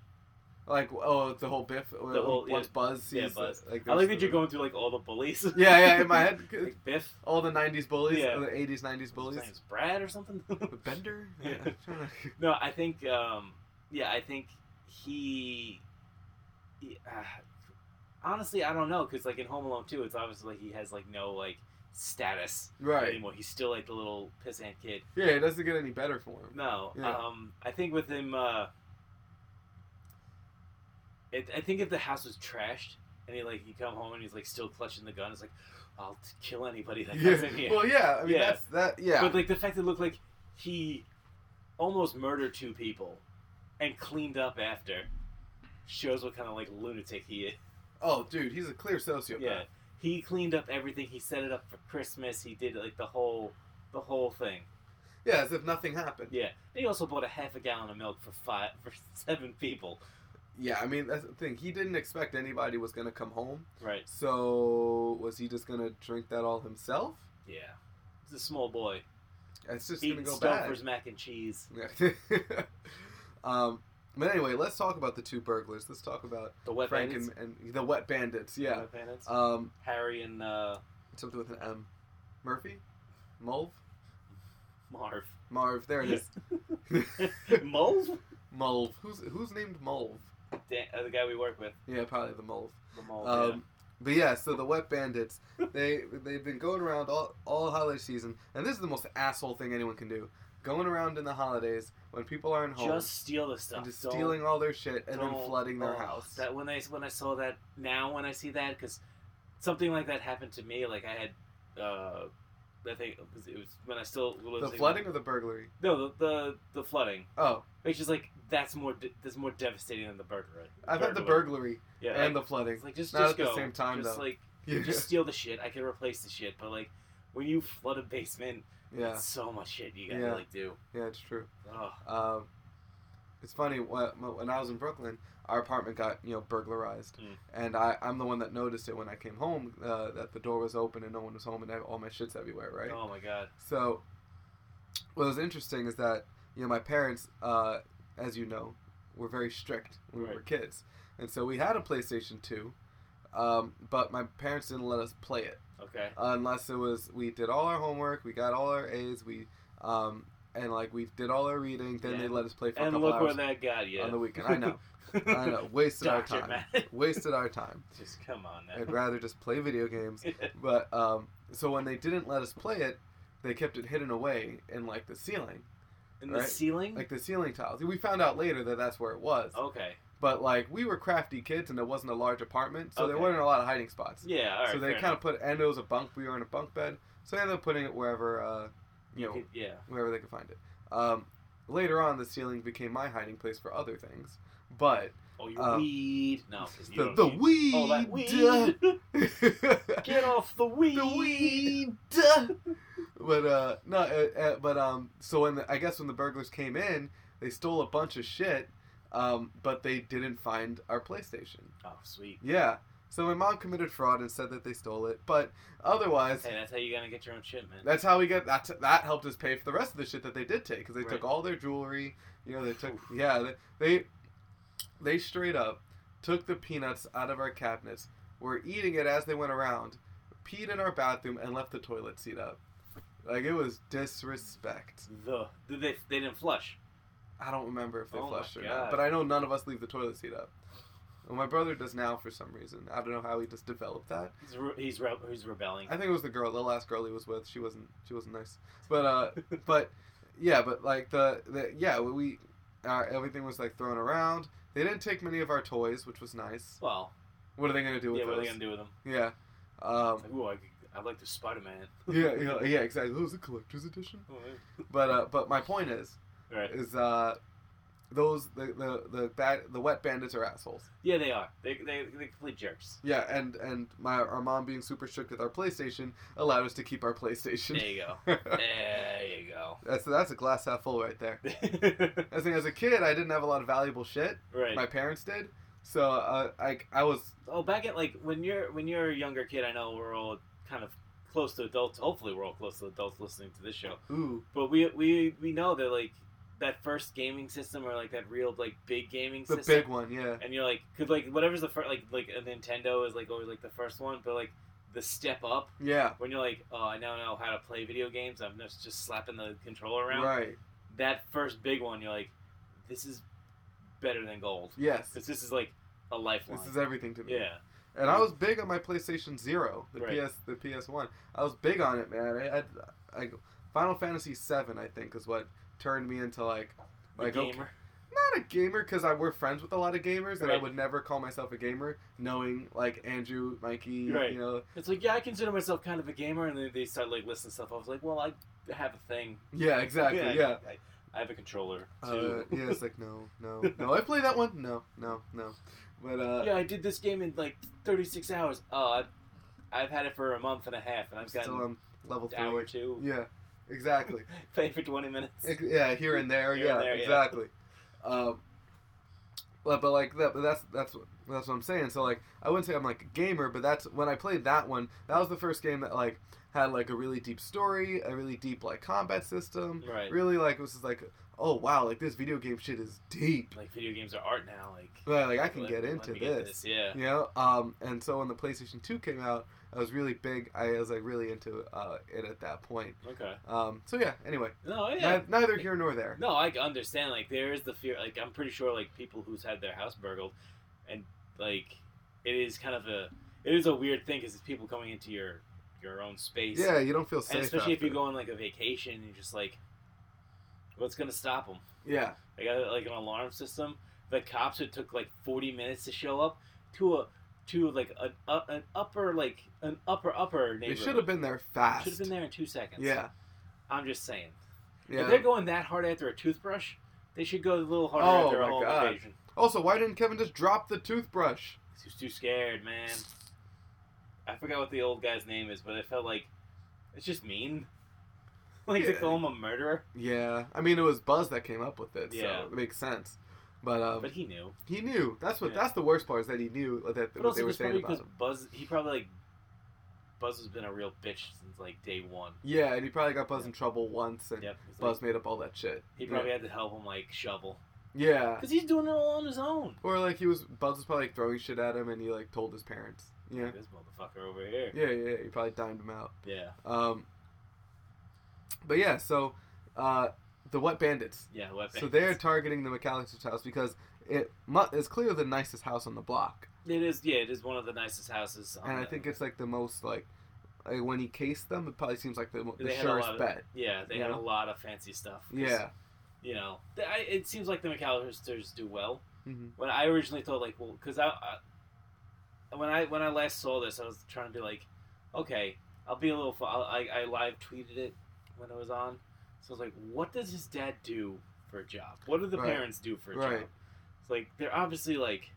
Speaker 2: Like, oh, the whole Biff. The
Speaker 3: whole-
Speaker 2: once
Speaker 3: yeah.
Speaker 2: Buzz sees,
Speaker 3: Yeah, Buzz.
Speaker 2: Like,
Speaker 3: I like that
Speaker 2: there's-
Speaker 3: you're going through like all the bullies.
Speaker 2: [laughs] Yeah, yeah.
Speaker 3: [laughs]
Speaker 2: In my head, c-
Speaker 3: like Biff.
Speaker 2: all the '90s bullies,
Speaker 3: Yeah.
Speaker 2: all the '80s '90s
Speaker 3: His
Speaker 2: bullies.
Speaker 3: name's Brad or something. [laughs]
Speaker 2: Bender.
Speaker 3: Yeah.
Speaker 2: Yeah. I'm
Speaker 3: [laughs]
Speaker 2: trying to-
Speaker 3: No, I think, um, yeah, I think he. he- ah, honestly, I don't know because like in Home Alone 2, it's obviously like he has like no like status
Speaker 2: right.
Speaker 3: anymore. He's still like the little pissant kid.
Speaker 2: Yeah, it doesn't get any better for him.
Speaker 3: No,
Speaker 2: Yeah.
Speaker 3: um, I think with him, uh, it, I think if the house was trashed and he like he come home and he's like still clutching the gun, it's like I'll t- kill anybody [laughs] that comes in
Speaker 2: Yeah.
Speaker 3: here.
Speaker 2: Well, yeah. I mean,
Speaker 3: Yeah.
Speaker 2: that's that. Yeah.
Speaker 3: But like the fact that it looked like he almost murdered two people and cleaned up after shows what kind of like lunatic he is.
Speaker 2: oh, dude, he's a clear sociopath.
Speaker 3: Yeah. He cleaned up everything. He set it up for Christmas. He did like the whole the whole thing.
Speaker 2: Yeah, as if nothing happened.
Speaker 3: Yeah, they also bought a half a gallon of milk for five for [laughs] seven people.
Speaker 2: Yeah, I mean that's the thing. He didn't expect anybody was gonna come home.
Speaker 3: Right.
Speaker 2: So was he just gonna drink that all himself?
Speaker 3: Yeah. It's a small boy.
Speaker 2: It's just
Speaker 3: Eating
Speaker 2: gonna go
Speaker 3: Stouffer's mac and cheese.
Speaker 2: bad. Yeah. [laughs] um, but anyway, let's talk about the two burglars. Let's talk about
Speaker 3: The wet
Speaker 2: Frank
Speaker 3: bandits.
Speaker 2: and, and the Wet Bandits. Yeah.
Speaker 3: Wet bandits.
Speaker 2: Um,
Speaker 3: Harry and uh,
Speaker 2: something with an M. Murphy, Mulv,
Speaker 3: Marv. [laughs]
Speaker 2: Marv. There it is.
Speaker 3: Moles? [laughs]
Speaker 2: Mulv. Who's who's named Mulv?
Speaker 3: Dan, uh, the guy we work with.
Speaker 2: Yeah, probably the Mulv.
Speaker 3: The mole.
Speaker 2: Um, but yeah, so the Wet [laughs] Bandits, they they've been going around all all holiday season, and this is the most asshole thing anyone can do: going around in the holidays when people aren't
Speaker 3: yeah.
Speaker 2: home
Speaker 3: Just steal the stuff.
Speaker 2: and just
Speaker 3: Don't-
Speaker 2: stealing all their shit and then
Speaker 3: don't-
Speaker 2: flooding their
Speaker 3: oh,
Speaker 2: house.
Speaker 3: That when I when I saw that now when I see that because something like that happened to me. Like I had, uh, I think it was, it was when I still was
Speaker 2: the flooding or the burglary?
Speaker 3: No, the the, the flooding.
Speaker 2: Oh,
Speaker 3: Which is like that's more de- that's more devastating than the burglary.
Speaker 2: I've had the burglary
Speaker 3: yeah,
Speaker 2: and
Speaker 3: like,
Speaker 2: the flooding.
Speaker 3: it's like just
Speaker 2: Not
Speaker 3: just
Speaker 2: at the
Speaker 3: go.
Speaker 2: same time,
Speaker 3: just
Speaker 2: though.
Speaker 3: like
Speaker 2: [laughs] Yeah,
Speaker 3: just steal the shit. I can replace the shit, but like when you flood a basement,
Speaker 2: yeah,
Speaker 3: it's so much shit you gotta
Speaker 2: Yeah.
Speaker 3: like do.
Speaker 2: yeah, it's true.
Speaker 3: Ugh.
Speaker 2: Um, it's funny wh- when I was in Brooklyn, our apartment got you know burglarized,
Speaker 3: Mm.
Speaker 2: and I I'm the one that noticed it when I came home uh, that the door was open and no one was home and I, all my shits everywhere, right?
Speaker 3: Oh my god.
Speaker 2: So, what was interesting is that you know my parents, uh, as you know, were very strict when we were
Speaker 3: Right.
Speaker 2: kids, and so we had a PlayStation Two, um, but my parents didn't let us play it
Speaker 3: Okay.
Speaker 2: unless it was we did all our homework, we got all our A's, we um, and like we did all our reading. Then they
Speaker 3: And-
Speaker 2: let us play for a
Speaker 3: And
Speaker 2: couple
Speaker 3: look where
Speaker 2: hours
Speaker 3: that got you.
Speaker 2: on the weekend. I know, I
Speaker 3: [laughs]
Speaker 2: know, wasted our
Speaker 3: Doctor
Speaker 2: time,
Speaker 3: Matt. [laughs]
Speaker 2: wasted our time.
Speaker 3: Just come on
Speaker 2: I'd
Speaker 3: now.
Speaker 2: rather just play video
Speaker 3: [laughs]
Speaker 2: games. But um, so when they didn't let us play it, they kept it hidden away in like the ceiling,
Speaker 3: In the
Speaker 2: Right?
Speaker 3: ceiling?
Speaker 2: like the ceiling tiles. We found out later that that's where it was.
Speaker 3: okay.
Speaker 2: But like we were crafty kids, and there wasn't a large apartment, so there
Speaker 3: Okay.
Speaker 2: weren't a lot of hiding spots.
Speaker 3: Yeah, alright.
Speaker 2: so they kind of put, and it was a bunk. We were in a bunk bed, so they ended up putting it wherever, uh, you know,
Speaker 3: yeah.
Speaker 2: wherever they could find it. Um, later on, the ceiling became my hiding place for other things, but
Speaker 3: Oh, your
Speaker 2: um,
Speaker 3: weed. No, 'cause you
Speaker 2: the,
Speaker 3: don't
Speaker 2: the
Speaker 3: need-
Speaker 2: weed,
Speaker 3: Oh, that weed. [laughs] Get off the weed.
Speaker 2: [laughs] the weed. [laughs] but uh, no, uh, uh, but um, so when the, I guess when the burglars came in, they stole a bunch of shit, um, but they didn't find our PlayStation.
Speaker 3: Oh, sweet.
Speaker 2: Yeah. So my mom committed fraud and said that they stole it, but otherwise,
Speaker 3: Hey, that's how you gotta get your own shit, man.
Speaker 2: That's how we get that. That helped us pay for the rest of the shit that they did take because they
Speaker 3: Right.
Speaker 2: took all their jewelry. You know, they took yeah, they, they they straight up took the peanuts out of our cabinets. Were eating it as they went around, peed in our bathroom, and left the toilet seat up. Like it was disrespect.
Speaker 3: the did they they didn't flush.
Speaker 2: I don't remember if they
Speaker 3: Oh my
Speaker 2: flushed or
Speaker 3: God.
Speaker 2: not, but I know none of us leave the toilet seat up. Well, my brother does now for some reason. I don't know how he just developed that.
Speaker 3: He's re- he's, re- he's [laughs] rebelling.
Speaker 2: I think it was the girl, the last girl he was with. She wasn't. She wasn't nice. But
Speaker 3: [laughs]
Speaker 2: uh, but yeah, but like the, the yeah we our, everything was like thrown around. They didn't take many of our toys, which was nice.
Speaker 3: Well,
Speaker 2: What are they gonna do with
Speaker 3: yeah. What are
Speaker 2: those?
Speaker 3: they gonna do with him?
Speaker 2: Yeah. Um, [laughs]
Speaker 3: Like, ooh, I could, I'd like to Spider Man.
Speaker 2: yeah, yeah, yeah, exactly. It was a collector's edition. But uh, but my point is,
Speaker 3: Right.
Speaker 2: is uh, those the the the bad the wet bandits are assholes.
Speaker 3: Yeah, they are. They they they complete jerks.
Speaker 2: Yeah, and and my our mom being super strict with our PlayStation allowed us to keep our
Speaker 3: There
Speaker 2: PlayStation.
Speaker 3: you go. There you go.
Speaker 2: [laughs] that's that's a glass half full right there. As as a kid, I didn't have a lot of valuable shit.
Speaker 3: [laughs] right.
Speaker 2: My parents did, so uh, I I was
Speaker 3: Oh, back at like when you're when you're a younger kid, I know we're all kind of close to adults. Hopefully, we're all close to adults listening to this show.
Speaker 2: ooh
Speaker 3: But we we we know that like that first gaming system or like that real like big gaming
Speaker 2: the
Speaker 3: system.
Speaker 2: big one, yeah,
Speaker 3: And you're like, could like whatever's the first like like a Nintendo is like always like the first one, but like the step up
Speaker 2: yeah,
Speaker 3: when you're like, oh, I now know how to play video games. I'm just just slapping the controller around.
Speaker 2: right,
Speaker 3: That first big one, you're like, this is better than gold
Speaker 2: yes,
Speaker 3: because this is like a lifeline.
Speaker 2: this is everything to me.
Speaker 3: yeah.
Speaker 2: And I was big on my PlayStation Zero, the
Speaker 3: Right.
Speaker 2: PS the PS One. I was big on it, man. I had like Final Fantasy Seven, I think, is what turned me into like
Speaker 3: The
Speaker 2: like okay,
Speaker 3: gamer.
Speaker 2: not a gamer because I were friends with a lot of gamers and I
Speaker 3: Right.
Speaker 2: would never call myself a gamer, knowing like Andrew, Mikey,
Speaker 3: Right.
Speaker 2: you know,
Speaker 3: It's like, yeah, I consider myself kind of a gamer, and then they start like listing stuff. I was like, well, I have a thing.
Speaker 2: yeah, exactly, yeah.
Speaker 3: I, I have a controller
Speaker 2: Uh,
Speaker 3: too.
Speaker 2: [laughs] yeah, it's like no, no, no. I play that one. No, no, no. But uh,
Speaker 3: [laughs] yeah, I did this game in like 36 hours. Oh, I've, I've had it for a month and a half, and
Speaker 2: I'm
Speaker 3: I've
Speaker 2: still
Speaker 3: gotten
Speaker 2: on level
Speaker 3: an hour
Speaker 2: three.
Speaker 3: or two.
Speaker 2: Yeah,
Speaker 3: [laughs]
Speaker 2: exactly.
Speaker 3: Play for 20 minutes.
Speaker 2: Ex- Yeah, here and there.
Speaker 3: Here
Speaker 2: yeah,
Speaker 3: and there, yeah.
Speaker 2: exactly. Um, but but like that, but that's that's what that's what I'm saying. So like, I wouldn't say I'm like a gamer, but that's when I played that one. That was the first game that like had like a really deep story, a really deep like combat system.
Speaker 3: [laughs] Right.
Speaker 2: Really like it was just like, oh wow, like this video game shit is deep.
Speaker 3: Like video games are art now. Like
Speaker 2: Yeah, like I can
Speaker 3: let-
Speaker 2: get
Speaker 3: let
Speaker 2: into
Speaker 3: me
Speaker 2: this.
Speaker 3: Yeah.
Speaker 2: You know, um, and so when the PlayStation Two came out, I was really big. I was like really into uh, it at that point.
Speaker 3: Okay.
Speaker 2: Um, so yeah. Anyway,
Speaker 3: No. Yeah.
Speaker 2: ni- neither here nor there.
Speaker 3: No, I understand. Like there is the fear. Like I'm pretty sure like people who's had their house burgled, and like it is kind of a it is a weird thing because it's people coming into your your own space.
Speaker 2: Yeah, you don't feel safe.
Speaker 3: And especially if
Speaker 2: after.
Speaker 3: you go on like a vacation, and you're just like, what's gonna stop them?
Speaker 2: Yeah,
Speaker 3: They got like an alarm system. The cops it took like forty minutes to show up to a to like an, uh, an upper like an upper upper
Speaker 2: they
Speaker 3: neighborhood.
Speaker 2: should have been there fast.
Speaker 3: Should have been there in two seconds.
Speaker 2: Yeah,
Speaker 3: I'm just saying. If they're
Speaker 2: yeah.
Speaker 3: going that hard after a toothbrush, they should go a little harder
Speaker 2: Oh,
Speaker 3: after a
Speaker 2: my
Speaker 3: whole
Speaker 2: God.
Speaker 3: invasion.
Speaker 2: Also, why didn't Kevin just drop the toothbrush?
Speaker 3: He was too scared, man. I forgot what the old guy's name is, but I felt like it's just mean. [laughs] Like to
Speaker 2: Yeah.
Speaker 3: call him a murderer,
Speaker 2: Yeah, I mean it was Buzz that came up with it,
Speaker 3: Yeah.
Speaker 2: so it makes sense. But um,
Speaker 3: but he knew.
Speaker 2: he knew. That's what.
Speaker 3: Yeah.
Speaker 2: That's the worst part is that he knew that
Speaker 3: But
Speaker 2: what
Speaker 3: also,
Speaker 2: they were
Speaker 3: just
Speaker 2: saying
Speaker 3: probably
Speaker 2: about
Speaker 3: because
Speaker 2: him.
Speaker 3: Buzz, he probably like Buzz has been a real bitch since like day one.
Speaker 2: Yeah, and he probably got Buzz in trouble once, and
Speaker 3: Yep. It's like,
Speaker 2: Buzz made up all that shit.
Speaker 3: he probably had to help him like shovel
Speaker 2: Yeah,
Speaker 3: because he's doing it all on his own.
Speaker 2: or like he was Buzz was probably like, throwing shit at him, and he like told his parents. Yeah,
Speaker 3: This motherfucker over here.
Speaker 2: yeah, yeah. yeah. He probably dimed him out.
Speaker 3: Yeah.
Speaker 2: Um, but yeah, so uh, the Wet Bandits.
Speaker 3: Yeah. Weapons.
Speaker 2: So they're targeting the McAllister's house because it mu- is clearly the nicest house on the block,
Speaker 3: It is. Yeah. It is one of the nicest houses. On
Speaker 2: and I
Speaker 3: the-
Speaker 2: think it's like the most like, like when he cased them, it probably seems like the, mo- the
Speaker 3: They had a lot
Speaker 2: surest
Speaker 3: of-
Speaker 2: bet.
Speaker 3: Yeah, they
Speaker 2: You
Speaker 3: had a
Speaker 2: know?
Speaker 3: lot of fancy stuff. 'cause,
Speaker 2: Yeah,
Speaker 3: You know, th- I, it seems like the McAllisters do well.
Speaker 2: Mhm.
Speaker 3: When I originally thought, like, well, because I, I, when I when I last saw this, I was trying to be like, okay, I'll be a little. fu- I'll, I I live tweeted it when it was on, so I was like, what does his dad do for a job? What do the
Speaker 2: Right.
Speaker 3: parents do for a job?
Speaker 2: Right.
Speaker 3: It's like they're obviously like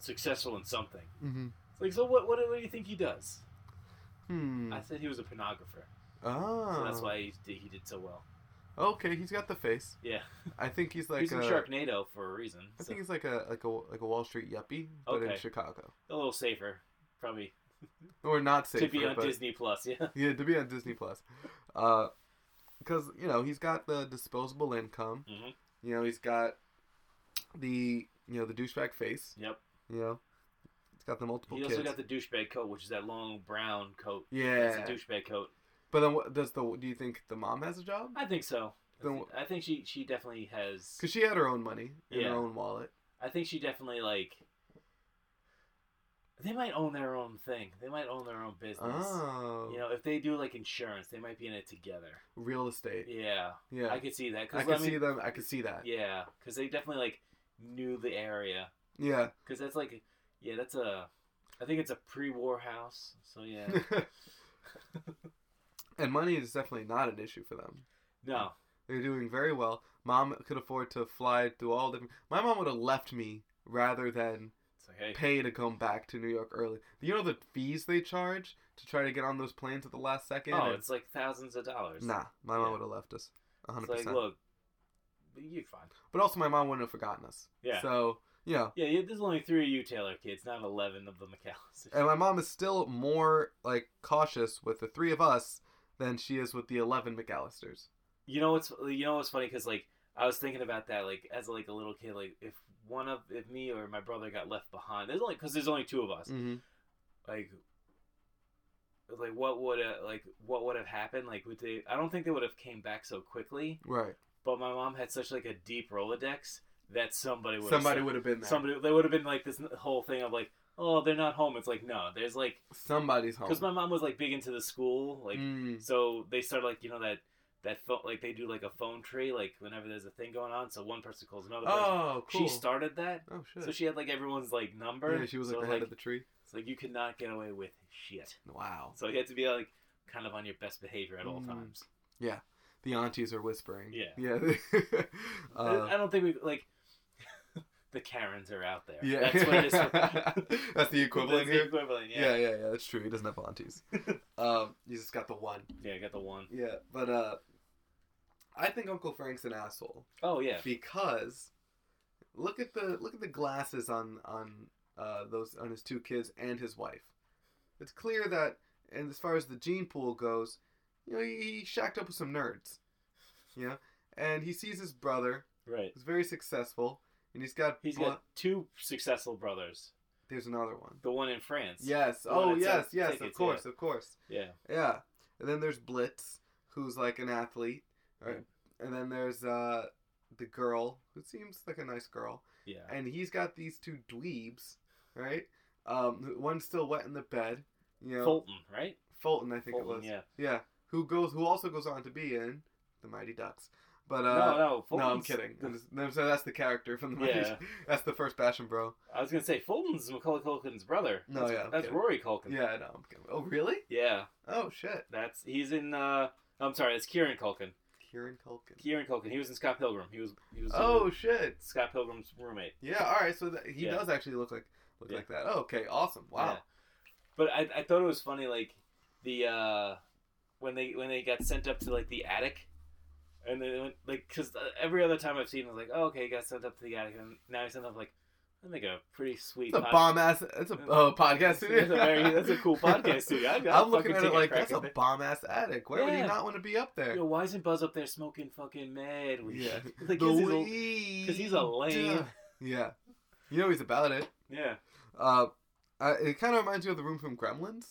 Speaker 3: successful in something.
Speaker 2: hmm
Speaker 3: It's like, so what? What, do- what do you think he does?
Speaker 2: Hmm.
Speaker 3: I said he was a pornographer,
Speaker 2: oh,
Speaker 3: so that's why he, did- he did so well.
Speaker 2: Okay, he's got the face.
Speaker 3: Yeah.
Speaker 2: I think he's like
Speaker 3: he's
Speaker 2: a.
Speaker 3: in Sharknado for a reason.
Speaker 2: I
Speaker 3: so
Speaker 2: think he's like a like a like a Wall Street yuppie, but in
Speaker 3: Okay.
Speaker 2: Chicago,
Speaker 3: a little safer, probably
Speaker 2: or not safe.
Speaker 3: to be on Disney Plus. [laughs] Yeah,
Speaker 2: Yeah, to be on Disney Plus. Uh, because you know he's got the disposable income.
Speaker 3: Mhm.
Speaker 2: You know he's got the you know the douchebag face.
Speaker 3: yep.
Speaker 2: You know he's got the multiple
Speaker 3: he
Speaker 2: kids.
Speaker 3: also got the douchebag coat, which is that long brown coat.
Speaker 2: yeah,
Speaker 3: That's a douchebag coat.
Speaker 2: but then what does the do you think the mom has a job?
Speaker 3: I think so. I
Speaker 2: Then
Speaker 3: think- I think she she definitely has.
Speaker 2: Because she had her own money in
Speaker 3: Yeah.
Speaker 2: her own wallet.
Speaker 3: I think she definitely like. They might own their own thing. They might own their own business.
Speaker 2: Oh,
Speaker 3: You know, if they do like insurance, they might be in it together.
Speaker 2: real estate.
Speaker 3: Yeah,
Speaker 2: Yeah,
Speaker 3: I could see that.
Speaker 2: I,
Speaker 3: Cause,
Speaker 2: can
Speaker 3: mean,
Speaker 2: see them. I could see that. Yeah,
Speaker 3: Yeah, because they definitely like knew the area. Because that's like, yeah, that's a, I think it's a pre-war house. So
Speaker 2: [laughs]
Speaker 3: yeah,
Speaker 2: [laughs] and money is definitely not an issue for them.
Speaker 3: no,
Speaker 2: They're doing very well. Mom could afford to fly through all different. My mom would have left me rather than
Speaker 3: it's like, hey,
Speaker 2: pay to come back to New York early. You know the fees they charge to try to get on those planes at the last second.
Speaker 3: oh,
Speaker 2: And-
Speaker 3: it's like thousands of dollars.
Speaker 2: nah, my mom
Speaker 3: Yeah.
Speaker 2: would have left us, a
Speaker 3: it's
Speaker 2: hundred
Speaker 3: like
Speaker 2: percent.
Speaker 3: look, you're fine.
Speaker 2: But also, my mom wouldn't have forgotten us.
Speaker 3: Yeah.
Speaker 2: So you know,
Speaker 3: Yeah, yeah, there's only three of you Taylor kids, not eleven of the McAllisters.
Speaker 2: and my mom is still more like cautious with the three of us than she is with the eleven McAllisters.
Speaker 3: you know what's you know what's funny? Because like I was thinking about that, like as like a little kid, like if one of if me or my brother got left behind, there's only because there's only two of us.
Speaker 2: Mm-hmm.
Speaker 3: like like what would uh, like what would have happened like would they i don't think they would have came back so quickly
Speaker 2: Right.
Speaker 3: but my mom had such like a deep rolodex that somebody would
Speaker 2: Somebody
Speaker 3: have,
Speaker 2: would have been there.
Speaker 3: somebody they would have been like this whole thing of like oh they're not home it's like no there's like
Speaker 2: Somebody's home.
Speaker 3: because my mom was like big into the school like
Speaker 2: Mm.
Speaker 3: so they started like you know that that phone like they do like a phone tree like whenever there's a thing going on so one person calls another person
Speaker 2: Oh, cool.
Speaker 3: she started that
Speaker 2: Oh shit.
Speaker 3: so she had like everyone's like number
Speaker 2: Yeah, she was
Speaker 3: so,
Speaker 2: like the head of the tree.
Speaker 3: it's like you could not get away with shit
Speaker 2: Wow.
Speaker 3: So you have to be like kind of on your best behavior at all
Speaker 2: Mm.
Speaker 3: times.
Speaker 2: The aunties are whispering.
Speaker 3: Yeah.
Speaker 2: Yeah. [laughs]
Speaker 3: I
Speaker 2: uh,
Speaker 3: don't think we like [laughs] the Karens are out there.
Speaker 2: Yeah,
Speaker 3: That's what it is.
Speaker 2: That's the [laughs] equivalent
Speaker 3: That's the
Speaker 2: here.
Speaker 3: equivalent,
Speaker 2: Yeah.
Speaker 3: yeah.
Speaker 2: yeah, yeah, that's true. He doesn't have
Speaker 3: [laughs]
Speaker 2: aunties. um, he's just got the one.
Speaker 3: Yeah, I got the one.
Speaker 2: Yeah, but uh, I think Uncle Frank's an asshole
Speaker 3: Oh, yeah.
Speaker 2: because look at the look at the glasses on on uh, those on his two kids and his wife. It's clear that, and as far as the gene pool goes, you know he, he shacked up with some nerds, you know, and he sees his brother
Speaker 3: Right.
Speaker 2: who's very successful, and he's got
Speaker 3: He's
Speaker 2: blo-
Speaker 3: got two successful brothers.
Speaker 2: there's another one.
Speaker 3: The one in France.
Speaker 2: Yes.
Speaker 3: The one
Speaker 2: Oh,
Speaker 3: that
Speaker 2: yes,
Speaker 3: sells
Speaker 2: yes. of
Speaker 3: tickets,
Speaker 2: course, of course.
Speaker 3: Yeah.
Speaker 2: Yeah. And then there's Blitz, who's like an athlete. Right?
Speaker 3: Yeah.
Speaker 2: And then there's uh, the girl, who seems like a nice girl.
Speaker 3: Yeah.
Speaker 2: And he's got these two dweebs, right? Um, one's still wet in the bed. You know,
Speaker 3: Fulton, right?
Speaker 2: Fulton, I think
Speaker 3: Fulton,
Speaker 2: it was.
Speaker 3: yeah.
Speaker 2: Yeah. Who goes? Who also goes on to be in the Mighty Ducks. But uh,
Speaker 3: no, no.
Speaker 2: no, I'm
Speaker 3: Fulton's-
Speaker 2: kidding. I'm just- no, so that's the character from the Mighty.
Speaker 3: Yeah.
Speaker 2: [laughs] That's the first Basham Bro.
Speaker 3: I was gonna say Fulton's Macaulay Culkin's brother.
Speaker 2: No,
Speaker 3: that's,
Speaker 2: yeah, I'm
Speaker 3: that's
Speaker 2: kidding.
Speaker 3: Rory Culkin.
Speaker 2: Yeah, I know. I'm kidding. Oh, really?
Speaker 3: Yeah,
Speaker 2: Oh shit.
Speaker 3: that's he's in. uh I'm sorry, that's Kieran Culkin.
Speaker 2: Kieran Culkin.
Speaker 3: Kieran Culkin. He was in Scott Pilgrim. He was. He was. uh,
Speaker 2: Oh shit.
Speaker 3: Scott Pilgrim's roommate.
Speaker 2: Yeah. All right. So that, he
Speaker 3: Yeah.
Speaker 2: does actually look like look
Speaker 3: Yeah.
Speaker 2: like that. Oh, okay. Awesome. Wow.
Speaker 3: Yeah. But I, I thought it was funny, like the uh when they when they got sent up to like the attic, and then they went like because every other time I've seen, it, I was like, oh, okay, he got sent up to the attic, and now he's sent up like I think a pretty sweet.
Speaker 2: It's a
Speaker 3: pod-
Speaker 2: bomb ass. It's a uh, podcast studio.
Speaker 3: That's a very- that's
Speaker 2: [laughs]
Speaker 3: a cool podcast studio. I'd- I'd
Speaker 2: I'm looking
Speaker 3: fucking
Speaker 2: at
Speaker 3: take
Speaker 2: it
Speaker 3: a
Speaker 2: like
Speaker 3: crack
Speaker 2: that's a
Speaker 3: at it.
Speaker 2: bomb ass attic. Why would you
Speaker 3: Yeah.
Speaker 2: not want to be up there?
Speaker 3: Yo, why isn't Buzz up there smoking fucking mad weed?
Speaker 2: Yeah.
Speaker 3: [laughs] like, 'cause he's a- because he's a lame.
Speaker 2: [laughs] Yeah. You know he's about it.
Speaker 3: Yeah.
Speaker 2: Uh, I, it kind of reminds you of the room from Gremlins.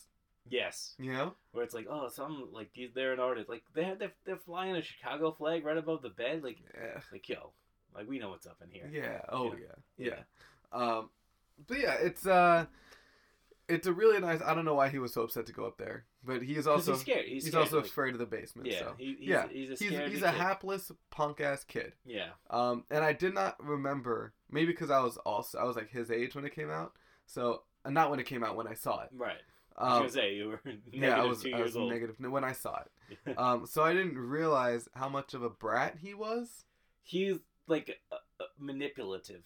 Speaker 3: Yes.
Speaker 2: You know.
Speaker 3: Where it's like, oh, some like these- they're an artist. Like they have, they're, they're flying a Chicago flag right above the bed. Like,
Speaker 2: Yeah.
Speaker 3: like yo, like we know what's up in here.
Speaker 2: Yeah. Oh
Speaker 3: Yeah.
Speaker 2: yeah. Yeah. Um, but yeah, it's uh, it's a really nice. I don't know why he was so upset to go up there, but he is
Speaker 3: 'Cause
Speaker 2: also
Speaker 3: he's scared. He's,
Speaker 2: he's
Speaker 3: scared,
Speaker 2: also
Speaker 3: like-
Speaker 2: afraid of the basement.
Speaker 3: yeah.
Speaker 2: so.
Speaker 3: He, he's,
Speaker 2: yeah.
Speaker 3: He's a
Speaker 2: he's
Speaker 3: scared.
Speaker 2: he's a
Speaker 3: kid.
Speaker 2: hapless punk ass kid.
Speaker 3: Yeah.
Speaker 2: Um, and I did not remember maybe because I was also I was like his age when it came out, so uh, not when it came out when I saw it.
Speaker 3: Right. I was
Speaker 2: Um,
Speaker 3: gonna say you were [laughs]
Speaker 2: yeah, I
Speaker 3: negative
Speaker 2: was
Speaker 3: two
Speaker 2: I
Speaker 3: years
Speaker 2: was
Speaker 3: old.
Speaker 2: negative when I saw it.
Speaker 3: [laughs]
Speaker 2: Um, so I didn't realize how much of a brat he was.
Speaker 3: he's like uh, uh, manipulative.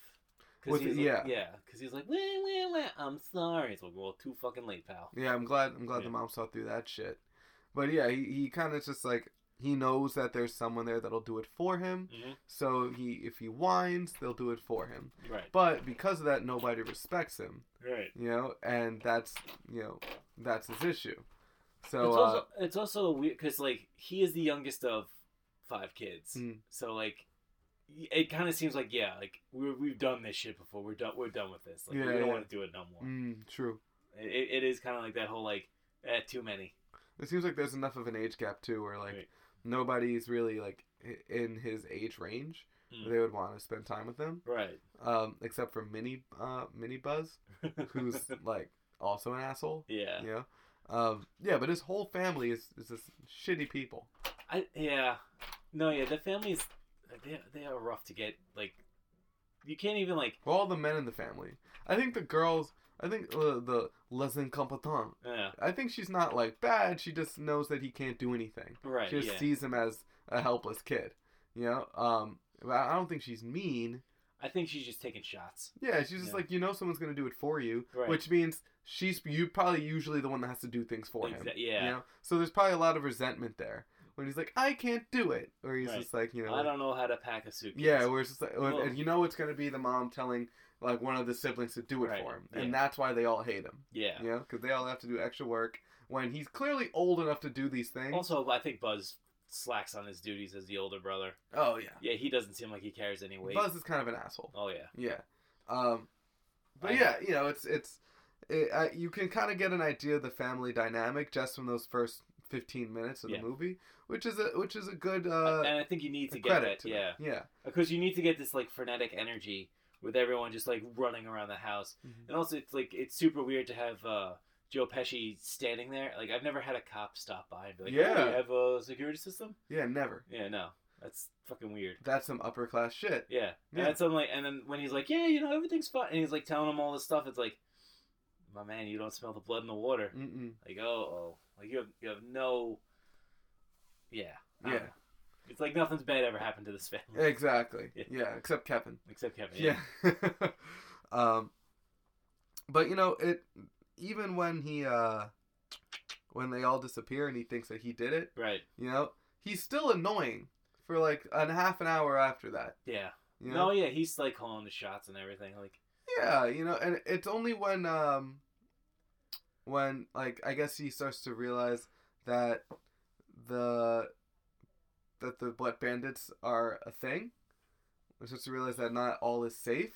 Speaker 3: 'Cause
Speaker 2: With-
Speaker 3: he's
Speaker 2: yeah.
Speaker 3: Like, yeah. Because he's like, wah, wah, wah, I'm sorry. It's like, well, too fucking late, pal.
Speaker 2: Yeah, I'm glad I'm glad the
Speaker 3: Yeah.
Speaker 2: mom saw through that shit. But yeah, he, he kind of just like he knows that there's someone there that'll do it for him.
Speaker 3: Mhm.
Speaker 2: So he if he whines, they'll do it for him.
Speaker 3: Right.
Speaker 2: But because of that, nobody respects him.
Speaker 3: Right.
Speaker 2: you know, and that's you know that's his issue. So
Speaker 3: it's,
Speaker 2: uh,
Speaker 3: also, it's also weird because like he is the youngest of five kids,
Speaker 2: Mm.
Speaker 3: so like y- it kind of seems like yeah, like we're, we've done this shit before. We're done. We're done with this. Like
Speaker 2: Yeah,
Speaker 3: we don't
Speaker 2: yeah.
Speaker 3: want to do it no more.
Speaker 2: mm, true.
Speaker 3: It, it is kind of like that whole like eh, too many.
Speaker 2: It seems like there's enough of an age gap too, where like
Speaker 3: Right.
Speaker 2: nobody's really like i- in his age range.
Speaker 3: Mm.
Speaker 2: They would want to spend time with him,
Speaker 3: Right.
Speaker 2: um, except for Mini uh, Mini Buzz, who's like also an asshole.
Speaker 3: [laughs] yeah.
Speaker 2: You know, um, yeah, but his whole family is is just shitty people.
Speaker 3: I yeah. No yeah. The families they they are rough to get. Like you can't even like
Speaker 2: All the men in the family. I think the girls. I think uh, the les incompetents.
Speaker 3: yeah.
Speaker 2: I think she's not like bad. She just knows that he can't do anything.
Speaker 3: Right.
Speaker 2: she just
Speaker 3: yeah.
Speaker 2: sees him as a helpless kid. You know, um, but I don't think she's mean.
Speaker 3: I think she's just taking shots.
Speaker 2: Yeah, she's just
Speaker 3: Yeah.
Speaker 2: like you know someone's gonna do it for you,
Speaker 3: Right.
Speaker 2: which means she's you probably usually the one that has to do things for him.
Speaker 3: Exa-
Speaker 2: You
Speaker 3: yeah.
Speaker 2: know? So there's probably a lot of resentment there when he's like, I can't do it, or he's
Speaker 3: Right.
Speaker 2: just like, you know,
Speaker 3: I don't know how to pack a suitcase.
Speaker 2: yeah, where it's just like,
Speaker 3: Well-
Speaker 2: and you know it's gonna be the mom telling like one of the siblings to do it
Speaker 3: Right.
Speaker 2: for him,
Speaker 3: Yeah.
Speaker 2: and that's why they all hate him.
Speaker 3: Yeah.
Speaker 2: You know, because they all have to do extra work when he's clearly old enough to do these things.
Speaker 3: Also, I think Buzz slacks on his duties as the older brother.
Speaker 2: oh yeah.
Speaker 3: Yeah, he doesn't seem like he cares any weight.
Speaker 2: Buzz is kind of an asshole.
Speaker 3: Oh yeah,
Speaker 2: Yeah. Um, but
Speaker 3: I-
Speaker 2: yeah, you know, it's it's it, uh, you can kind of get an idea of the family dynamic just from those first 15 minutes of
Speaker 3: Yeah.
Speaker 2: the movie, which is a which is a good uh,
Speaker 3: and I think you need
Speaker 2: a
Speaker 3: to get
Speaker 2: credit
Speaker 3: that.
Speaker 2: to
Speaker 3: Yeah,
Speaker 2: them. Yeah.
Speaker 3: because you need to get this like frenetic energy with everyone just like running around the house,
Speaker 2: Mhm.
Speaker 3: and also it's like it's super weird to have uh, Joe Pesci standing there. Like I've never had a cop stop by and be like, "Yeah,
Speaker 2: Yeah.
Speaker 3: you have a security system."
Speaker 2: Yeah, never.
Speaker 3: Yeah, no, that's fucking weird.
Speaker 2: That's some upper class shit.
Speaker 3: Yeah,
Speaker 2: Yeah.
Speaker 3: and that's something like, and then when he's like, "Yeah, you know everything's fine," and he's like telling him all this stuff, it's like, "My man, you don't smell the blood in the water."
Speaker 2: Mm-mm.
Speaker 3: Like, oh, oh. Like, you have, you have no. Yeah. I don't
Speaker 2: Yeah.
Speaker 3: know. It's like nothing's bad ever happened to this family
Speaker 2: Exactly.
Speaker 3: Yeah.
Speaker 2: yeah except Kevin.
Speaker 3: except Kevin.
Speaker 2: yeah. [laughs] um, but you know, it even when he uh, when they all disappear and he thinks that he did it,
Speaker 3: Right.
Speaker 2: you know, he's still annoying for like an half an hour after that.
Speaker 3: Yeah.
Speaker 2: You
Speaker 3: No,
Speaker 2: know?
Speaker 3: yeah, he's like calling the shots and everything. Like,
Speaker 2: Yeah, you know, and it's only when um, when like I guess he starts to realize that the that the wet bandits are a thing. He starts to realize that not all is safe.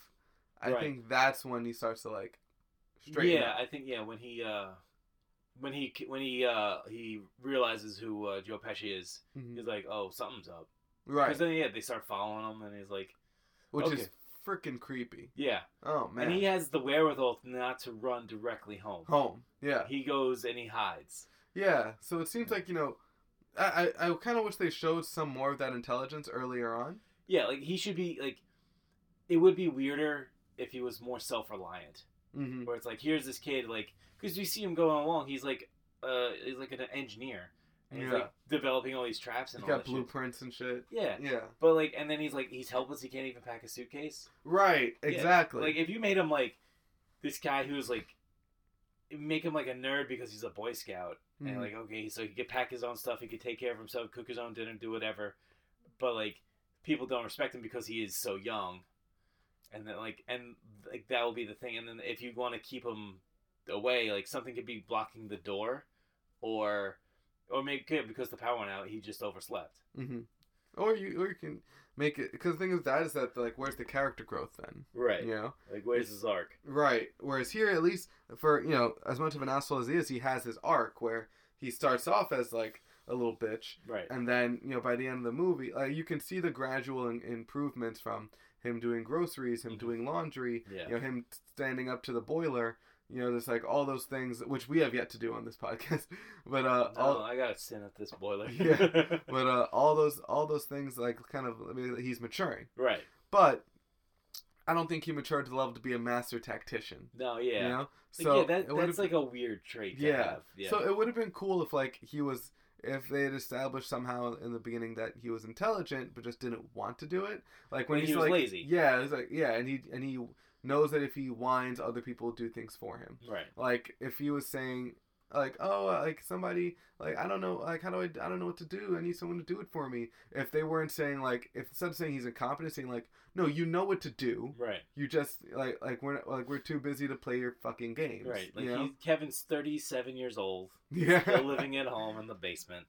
Speaker 2: I
Speaker 3: Right.
Speaker 2: think that's when he starts to like straighten
Speaker 3: yeah,
Speaker 2: up.
Speaker 3: I think yeah when he uh when he when he uh he realizes who uh, Joe Pesci is,
Speaker 2: Mhm.
Speaker 3: he's like, oh, something's up. Because
Speaker 2: Right,
Speaker 3: then yeah, they start following him, and he's like,
Speaker 2: which is
Speaker 3: okay.
Speaker 2: freaking creepy.
Speaker 3: yeah,
Speaker 2: Oh man,
Speaker 3: and he has the wherewithal not to run directly home.
Speaker 2: home. Yeah,
Speaker 3: He goes and he hides.
Speaker 2: yeah. So it seems like you know, I I, I kind of wish they showed some more of that intelligence earlier on.
Speaker 3: Yeah, like he should be like, it would be weirder if he was more self reliant.
Speaker 2: Mm-hmm.
Speaker 3: Where it's like, here's this kid, like, because we see him going along, he's like, uh, he's like an engineer, and he's
Speaker 2: Yeah.
Speaker 3: like developing all these traps and
Speaker 2: He's
Speaker 3: all
Speaker 2: got
Speaker 3: that shit.
Speaker 2: blueprints and shit.
Speaker 3: Yeah,
Speaker 2: Yeah.
Speaker 3: But like, and then he's like, he's helpless. He can't even pack a suitcase.
Speaker 2: Right.
Speaker 3: Yeah,
Speaker 2: Exactly.
Speaker 3: Like, if you made him like this guy who's like, make him like a nerd because he's a Boy Scout,
Speaker 2: Mhm.
Speaker 3: and like, okay, so he could pack his own stuff, he could take care of himself, cook his own dinner, do whatever. But like, people don't respect him because he is so young, and then like, and like that will be the thing. And then if you want to keep him away, like something could be blocking the door, or or maybe could because the power went out, he just overslept.
Speaker 2: hmm Or you or you can make it because the thing is that is that like where's the character growth then?
Speaker 3: Right.
Speaker 2: You know.
Speaker 3: Like, where's his arc?
Speaker 2: Right. Whereas here, at least for you know, as much of an asshole as he is, he has his arc where he starts off as like a little bitch,
Speaker 3: Right.
Speaker 2: and then you know by the end of the movie, uh, you can see the gradual in- improvements from him doing groceries, him
Speaker 3: Mhm.
Speaker 2: doing laundry,
Speaker 3: Yeah.
Speaker 2: you know, him standing up to the boiler. You know, there's like all those things which we have yet to do on this [laughs] podcast, but uh,
Speaker 3: No,
Speaker 2: all
Speaker 3: I gotta stand at this boiler.
Speaker 2: [laughs] Yeah. but uh, all those all those things like kind of I mean, he's maturing
Speaker 3: [laughs] right.
Speaker 2: but i don't think he matured to the level to be a master tactician
Speaker 3: No, yeah.
Speaker 2: you know
Speaker 3: Like,
Speaker 2: so
Speaker 3: yeah, that,
Speaker 2: it
Speaker 3: that's
Speaker 2: would've-
Speaker 3: like a weird trait to
Speaker 2: Yeah.
Speaker 3: have. Yeah.
Speaker 2: so it would have been cool if like he was if they had established somehow in the beginning that he was intelligent but just didn't want to do it like when
Speaker 3: Like, he
Speaker 2: he's
Speaker 3: was
Speaker 2: like
Speaker 3: lazy.
Speaker 2: yeah it's like yeah and he and he knows that if he whines other people will do things for him
Speaker 3: right.
Speaker 2: like if he was saying like oh uh, like somebody like i don't know like how do i i don't know what to do i need someone to do it for me if they weren't saying like if instead of saying he's incompetent saying like no you know what to do
Speaker 3: Right.
Speaker 2: you just like like we're like we're too busy to play your fucking games
Speaker 3: Right. Like
Speaker 2: you know?
Speaker 3: he's, Kevin's thirty-seven
Speaker 2: [laughs]
Speaker 3: years old,
Speaker 2: yeah
Speaker 3: still living at home in the basement.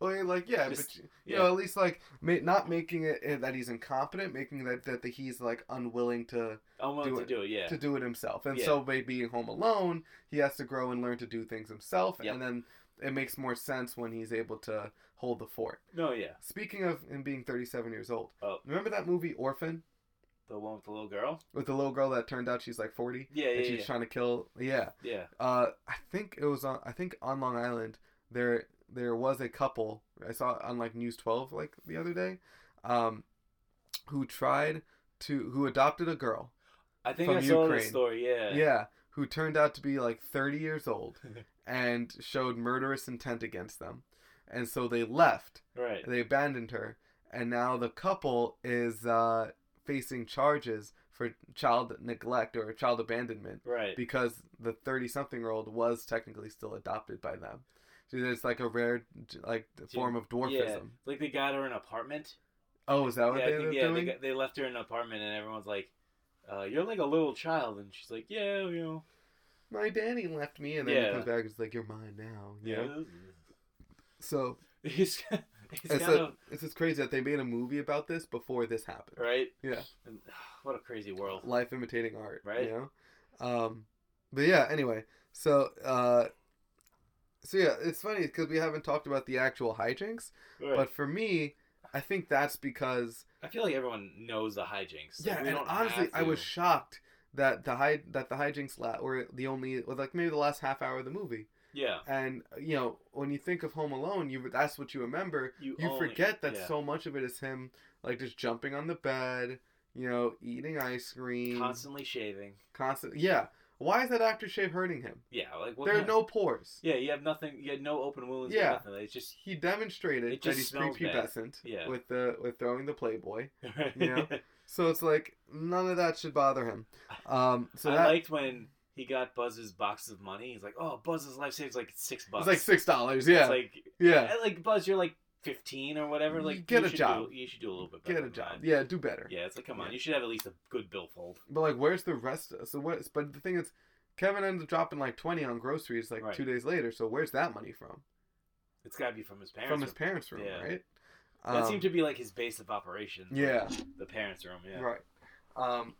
Speaker 2: or like yeah
Speaker 3: Just-
Speaker 2: but you, you
Speaker 3: yeah.
Speaker 2: know at least like ma- not making it uh, that he's incompetent making that that, that he's like unwilling to
Speaker 3: I want
Speaker 2: Do
Speaker 3: to
Speaker 2: it.
Speaker 3: do it. Yeah.
Speaker 2: to do it himself. And
Speaker 3: Yeah.
Speaker 2: so by being home alone, he has to grow and learn to do things himself.
Speaker 3: Yep.
Speaker 2: And then it makes more sense when he's able to hold the fort.
Speaker 3: No, yeah.
Speaker 2: Speaking of him being 37 years old,
Speaker 3: Oh.
Speaker 2: remember that movie Orphan
Speaker 3: The one with the little girl.
Speaker 2: with the little girl that turned out she's like 40
Speaker 3: Yeah,
Speaker 2: and
Speaker 3: yeah,
Speaker 2: she's
Speaker 3: yeah.
Speaker 2: trying to kill? Yeah.
Speaker 3: yeah.
Speaker 2: Uh, I think it was on. I think on Long Island there there was a couple I saw it on like News 12 like the other day, um, who tried to who adopted a girl
Speaker 3: I think
Speaker 2: From
Speaker 3: I saw this
Speaker 2: Ukraine.
Speaker 3: story. Yeah.
Speaker 2: yeah, who turned out to be like 30 years old and showed murderous intent against them. And so they left.
Speaker 3: Right.
Speaker 2: They abandoned her. And now the couple is uh, facing charges for child neglect or child abandonment
Speaker 3: Right.
Speaker 2: because the 30 something year old was technically still adopted by them. So it's like a rare like form of dwarfism.
Speaker 3: Yeah. Like they got her an apartment.
Speaker 2: Oh, is that what
Speaker 3: yeah,
Speaker 2: they
Speaker 3: I
Speaker 2: were
Speaker 3: think, yeah. They,
Speaker 2: doing?
Speaker 3: got, they left her in an apartment, and everyone's like, uh, "You're like a little child," and she's like, "Yeah, you know."
Speaker 2: My daddy left me, and then
Speaker 3: Yeah.
Speaker 2: he comes back and is like, "You're mine now." You know?
Speaker 3: Yeah.
Speaker 2: So
Speaker 3: He's, he's
Speaker 2: It's,
Speaker 3: kind
Speaker 2: a-
Speaker 3: of
Speaker 2: it's just crazy that they made a movie about this before this happened.
Speaker 3: right.
Speaker 2: Yeah.
Speaker 3: And, [sighs] what a crazy world.
Speaker 2: Life imitating art,
Speaker 3: Right.
Speaker 2: You know, um, but yeah. Anyway, so uh, so yeah, it's funny because we haven't talked about the actual hijinks,
Speaker 3: Right.
Speaker 2: but for me, I think that's because
Speaker 3: I feel like everyone knows the hijinks.
Speaker 2: yeah,
Speaker 3: Like, we
Speaker 2: and
Speaker 3: don't
Speaker 2: honestly,
Speaker 3: have
Speaker 2: I was
Speaker 3: to-
Speaker 2: shocked that the high that the hijinks la- were the only was like maybe the last half hour of the movie,
Speaker 3: yeah.
Speaker 2: and you know when you think of Home Alone, you that's what you remember,
Speaker 3: You,
Speaker 2: you
Speaker 3: only-
Speaker 2: forget that
Speaker 3: Oh, yeah.
Speaker 2: so much of it is him like just jumping on the bed you know eating ice cream
Speaker 3: constantly shaving.
Speaker 2: constant yeah Why is that aftershave hurting him?
Speaker 3: Yeah, like what
Speaker 2: there are
Speaker 3: kind of-
Speaker 2: no pores.
Speaker 3: Yeah, you have nothing. You had no open wounds.
Speaker 2: Yeah.
Speaker 3: Yeah, nothing. It's just [laughs]
Speaker 2: He demonstrated
Speaker 3: It
Speaker 2: that
Speaker 3: just
Speaker 2: he's
Speaker 3: smells bad.
Speaker 2: prepubescent
Speaker 3: Yeah.
Speaker 2: with the with throwing the Playboy. know? So it's like none of that should bother
Speaker 3: [laughs]
Speaker 2: him. Um, so
Speaker 3: I
Speaker 2: that
Speaker 3: liked when he got Buzz's box of money. He's like, "Oh, Buzz's life saves like six bucks."
Speaker 2: it's like six dollars. Yeah,
Speaker 3: It's like
Speaker 2: yeah.
Speaker 3: like Buzz, you're like fifteen or whatever.
Speaker 2: You
Speaker 3: Like
Speaker 2: get a
Speaker 3: should
Speaker 2: job.
Speaker 3: Do, you should do a little bit. Better
Speaker 2: Get a
Speaker 3: than
Speaker 2: job.
Speaker 3: mine.
Speaker 2: Yeah, do better.
Speaker 3: Yeah, it's like come on,
Speaker 2: Yeah.
Speaker 3: you should have at least a good billfold.
Speaker 2: But like, where's the rest? So what? But the thing is, Kevin ended up dropping like twenty on groceries like
Speaker 3: Right.
Speaker 2: two days later. So where's that money from?
Speaker 3: It's got to be from his parents.
Speaker 2: from his parents' room,
Speaker 3: Yeah.
Speaker 2: right?
Speaker 3: That
Speaker 2: Um,
Speaker 3: seemed to be like his base of operations. like,
Speaker 2: yeah,
Speaker 3: the parents' room. Yeah,
Speaker 2: right. Um,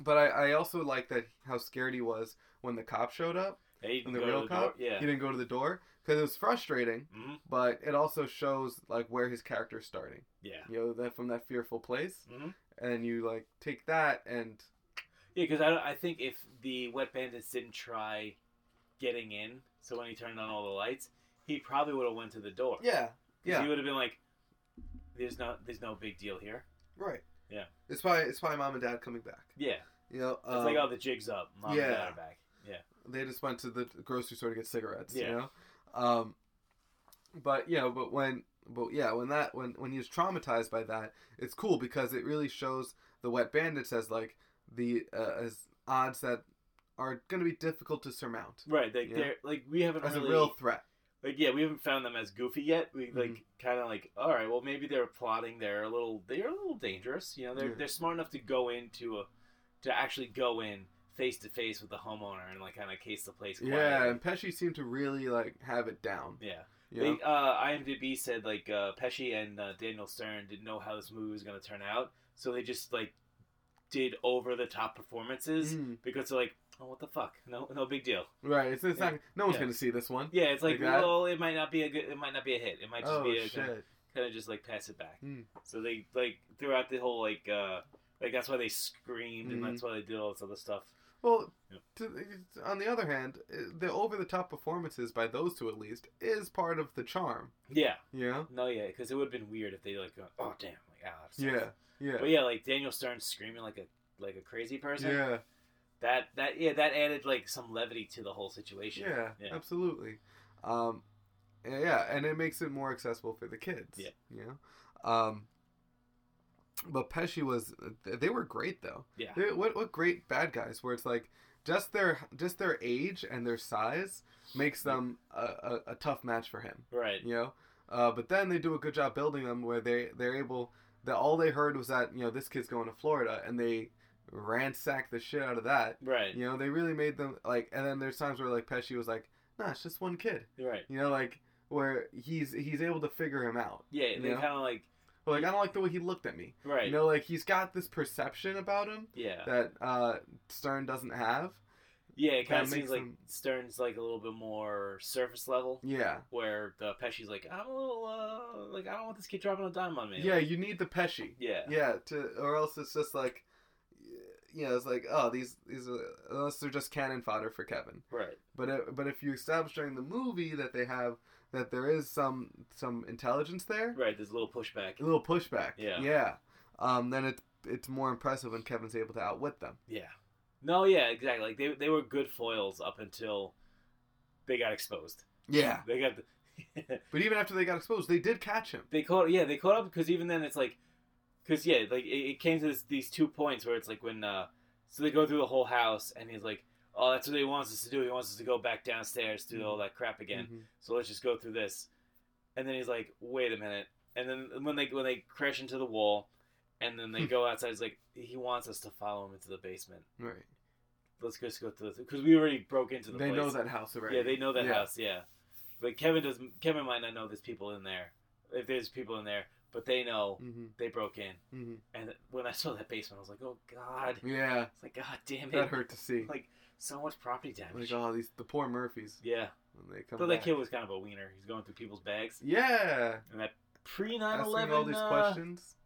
Speaker 2: but I, I also like that how scared he was when the cop showed up.
Speaker 3: Yeah, he didn't
Speaker 2: And the
Speaker 3: go to
Speaker 2: real
Speaker 3: the door-
Speaker 2: cop,
Speaker 3: Yeah,
Speaker 2: He didn't go to the door because it was
Speaker 3: [laughs]
Speaker 2: frustrating,
Speaker 3: hmm
Speaker 2: but it also shows like where his character's starting.
Speaker 3: yeah,
Speaker 2: You know, that from that fearful place,
Speaker 3: Mhm.
Speaker 2: and you like take that and
Speaker 3: yeah. Because I, don't- I think if the wet bandits didn't try getting in, so when he turned on all the lights, he probably would have went to the door.
Speaker 2: yeah,
Speaker 3: 'Cause
Speaker 2: yeah,
Speaker 3: He would have been like, "There's no, there's no big deal here."
Speaker 2: right.
Speaker 3: Yeah.
Speaker 2: it's probably it's probably mom and dad coming back.
Speaker 3: Yeah,
Speaker 2: You know,
Speaker 3: it's
Speaker 2: um,
Speaker 3: like oh, the jig's up. Mom and
Speaker 2: yeah.
Speaker 3: dad are back. Yeah,
Speaker 2: they just went to the grocery store to get cigarettes
Speaker 3: Yeah.
Speaker 2: you know um but yeah but when but yeah when that when when he was traumatized by that it's cool because it really shows the wet bandits as like the uh, as odds that are going to be difficult to surmount
Speaker 3: right. Like
Speaker 2: Yeah.
Speaker 3: they're like we haven't
Speaker 2: as a
Speaker 3: really
Speaker 2: real threat
Speaker 3: like yeah we haven't found them as goofy yet. We
Speaker 2: Mhm.
Speaker 3: like kind of like all right, well maybe they're plotting. They're a little they're a little dangerous. You know they're
Speaker 2: Yeah.
Speaker 3: they're smart enough to go into a to actually go in face to face with the homeowner and like kind of case the place.
Speaker 2: yeah
Speaker 3: quietly.
Speaker 2: and pesci seemed to really like have it down
Speaker 3: Yeah.
Speaker 2: you know?
Speaker 3: They, uh, IMDb said like uh, Pesci and uh, Daniel Stern didn't know how this movie was going to turn out, so they just like did over the top performances
Speaker 2: Mm,
Speaker 3: because they're like, oh, what the fuck? No, no big deal.
Speaker 2: right it's, it's
Speaker 3: Yeah.
Speaker 2: not no one's
Speaker 3: Yeah.
Speaker 2: going to see this one
Speaker 3: Yeah, it's like,
Speaker 2: Like that?
Speaker 3: well, it might not be a good, it might not be a hit. It might just
Speaker 2: oh
Speaker 3: be a
Speaker 2: shit
Speaker 3: kind of, kind of just like pass it back.
Speaker 2: Mm.
Speaker 3: So they like throughout the whole like uh like that's why they screamed
Speaker 2: Mhm.
Speaker 3: and that's why they did all this other stuff.
Speaker 2: Well,
Speaker 3: Yep.
Speaker 2: to, on the other hand, uh, the over the top performances by those two at least is part of the charm.
Speaker 3: Yeah,
Speaker 2: You know?
Speaker 3: no, yeah, because it would have been weird if they like, go, oh damn, like ah, that sucks."
Speaker 2: Yeah. Yeah.
Speaker 3: But yeah, like Daniel Stern screaming like a like a crazy person.
Speaker 2: Yeah.
Speaker 3: That that yeah, that added like some levity to the whole situation.
Speaker 2: Yeah.
Speaker 3: Yeah.
Speaker 2: Absolutely. Um, and yeah, and it makes it more accessible for the kids.
Speaker 3: Yeah.
Speaker 2: You know? Um, but Pesci was th- they were great though.
Speaker 3: Yeah.
Speaker 2: They, what what great bad guys where it's like just their just their age and their size makes them a, a, a tough match for him.
Speaker 3: Right.
Speaker 2: you know. Uh, but then they do a good job building them where they they're able that all they heard was that you know this kid's going to Florida and they ransacked the shit out of that.
Speaker 3: Right.
Speaker 2: You know they really made them like. And then there's times where like Pesci was like, nah, it's just one kid.
Speaker 3: Right.
Speaker 2: You know like where he's he's able to figure him out.
Speaker 3: Yeah, they
Speaker 2: Yeah.
Speaker 3: kind of like
Speaker 2: But, like I don't like the way he looked at me.
Speaker 3: right.
Speaker 2: You know like he's got this perception about him
Speaker 3: yeah.
Speaker 2: that uh, Stern doesn't have.
Speaker 3: Yeah, it kind
Speaker 2: that
Speaker 3: of seems
Speaker 2: makes
Speaker 3: like
Speaker 2: them-
Speaker 3: Stern's like a little bit more surface level,
Speaker 2: Yeah.
Speaker 3: where the Pesci's like, I'm a little uh, like I don't want this kid dropping a dime on me.
Speaker 2: Yeah,
Speaker 3: Like,
Speaker 2: you need the Pesci.
Speaker 3: yeah,
Speaker 2: yeah to or else it's just like you know it's like oh these these are unless they're just cannon fodder for kevin
Speaker 3: right,
Speaker 2: but it, but if you establish during the movie that they have that there is some some intelligence there
Speaker 3: right. There's a little pushback.
Speaker 2: a little pushback
Speaker 3: Yeah.
Speaker 2: yeah um then it's it's more impressive when kevin's able to outwit them
Speaker 3: Yeah, no, yeah, exactly. Like they they were good foils up until they got exposed.
Speaker 2: yeah
Speaker 3: They got [laughs] the,
Speaker 2: but even after they got exposed they did catch him
Speaker 3: they caught yeah they caught up because even then it's like because yeah like it, it came to this, these two points where it's like when uh so they go through the whole house and he's like oh that's what he wants us to do he wants us to go back downstairs do
Speaker 2: Mm-hmm.
Speaker 3: all that crap again
Speaker 2: Mhm.
Speaker 3: so let's just go through this and then he's like wait a minute and then when they when they crash into the wall and then they
Speaker 2: Hmm.
Speaker 3: go outside he's like he wants us to follow him into the basement
Speaker 2: Mm-hmm. right
Speaker 3: let's just go through because we already broke into the
Speaker 2: they
Speaker 3: place.
Speaker 2: know that house already
Speaker 3: Yeah, they know that
Speaker 2: Yeah.
Speaker 3: house. Yeah, but Kevin does. not Kevin might not know there's people in there. If there's people in there, but they know
Speaker 2: Mhm,
Speaker 3: they broke in.
Speaker 2: mhm.
Speaker 3: And when I saw that basement, I was like, oh god.
Speaker 2: yeah
Speaker 3: It's like god damn it.
Speaker 2: that hurt to see
Speaker 3: Like so much property
Speaker 2: like
Speaker 3: damage.
Speaker 2: oh these the poor murphys
Speaker 3: yeah,
Speaker 2: when they come
Speaker 3: though that
Speaker 2: back.
Speaker 3: kid was kind of a wiener. He's going through people's bags.
Speaker 2: yeah
Speaker 3: And that pre 9
Speaker 2: asking all
Speaker 3: 11
Speaker 2: these
Speaker 3: uh,
Speaker 2: questions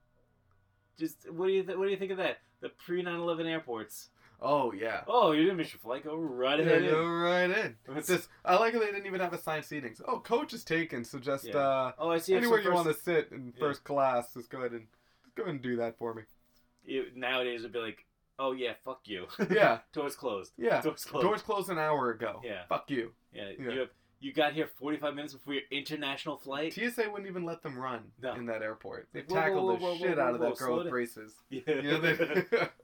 Speaker 3: just what do you th- what do you think of that? The pre 9 11 airports.
Speaker 2: Oh yeah.
Speaker 3: Oh, you didn't miss your flight. Go right ahead.
Speaker 2: Yeah,
Speaker 3: in.
Speaker 2: go right in.
Speaker 3: It's-
Speaker 2: It's just I like how they didn't even have assigned seatings. Oh, coach is taken, so just
Speaker 3: Yeah.
Speaker 2: uh,
Speaker 3: oh, I see.
Speaker 2: anywhere you want
Speaker 3: to.
Speaker 2: to sit in
Speaker 3: Yeah. [laughs]
Speaker 2: first class, just go ahead and just go ahead and do that for me.
Speaker 3: Nowadays, would be like, oh yeah, fuck you. [laughs]
Speaker 2: Yeah,
Speaker 3: Doors closed.
Speaker 2: yeah.
Speaker 3: Doors closed.
Speaker 2: Doors closed an hour ago.
Speaker 3: Yeah.
Speaker 2: Fuck you.
Speaker 3: Yeah,
Speaker 2: Yeah.
Speaker 3: You have you got here 45 minutes before your international flight.
Speaker 2: TSA wouldn't even let them run
Speaker 3: No.
Speaker 2: in that airport. They
Speaker 3: Whoa, whoa,
Speaker 2: tackled
Speaker 3: whoa,
Speaker 2: the
Speaker 3: whoa, whoa,
Speaker 2: shit out of
Speaker 3: whoa,
Speaker 2: that
Speaker 3: slow
Speaker 2: girl with
Speaker 3: down.
Speaker 2: braces.
Speaker 3: [laughs] [laughs] Yeah.
Speaker 2: You know, they- [laughs]
Speaker 3: [laughs]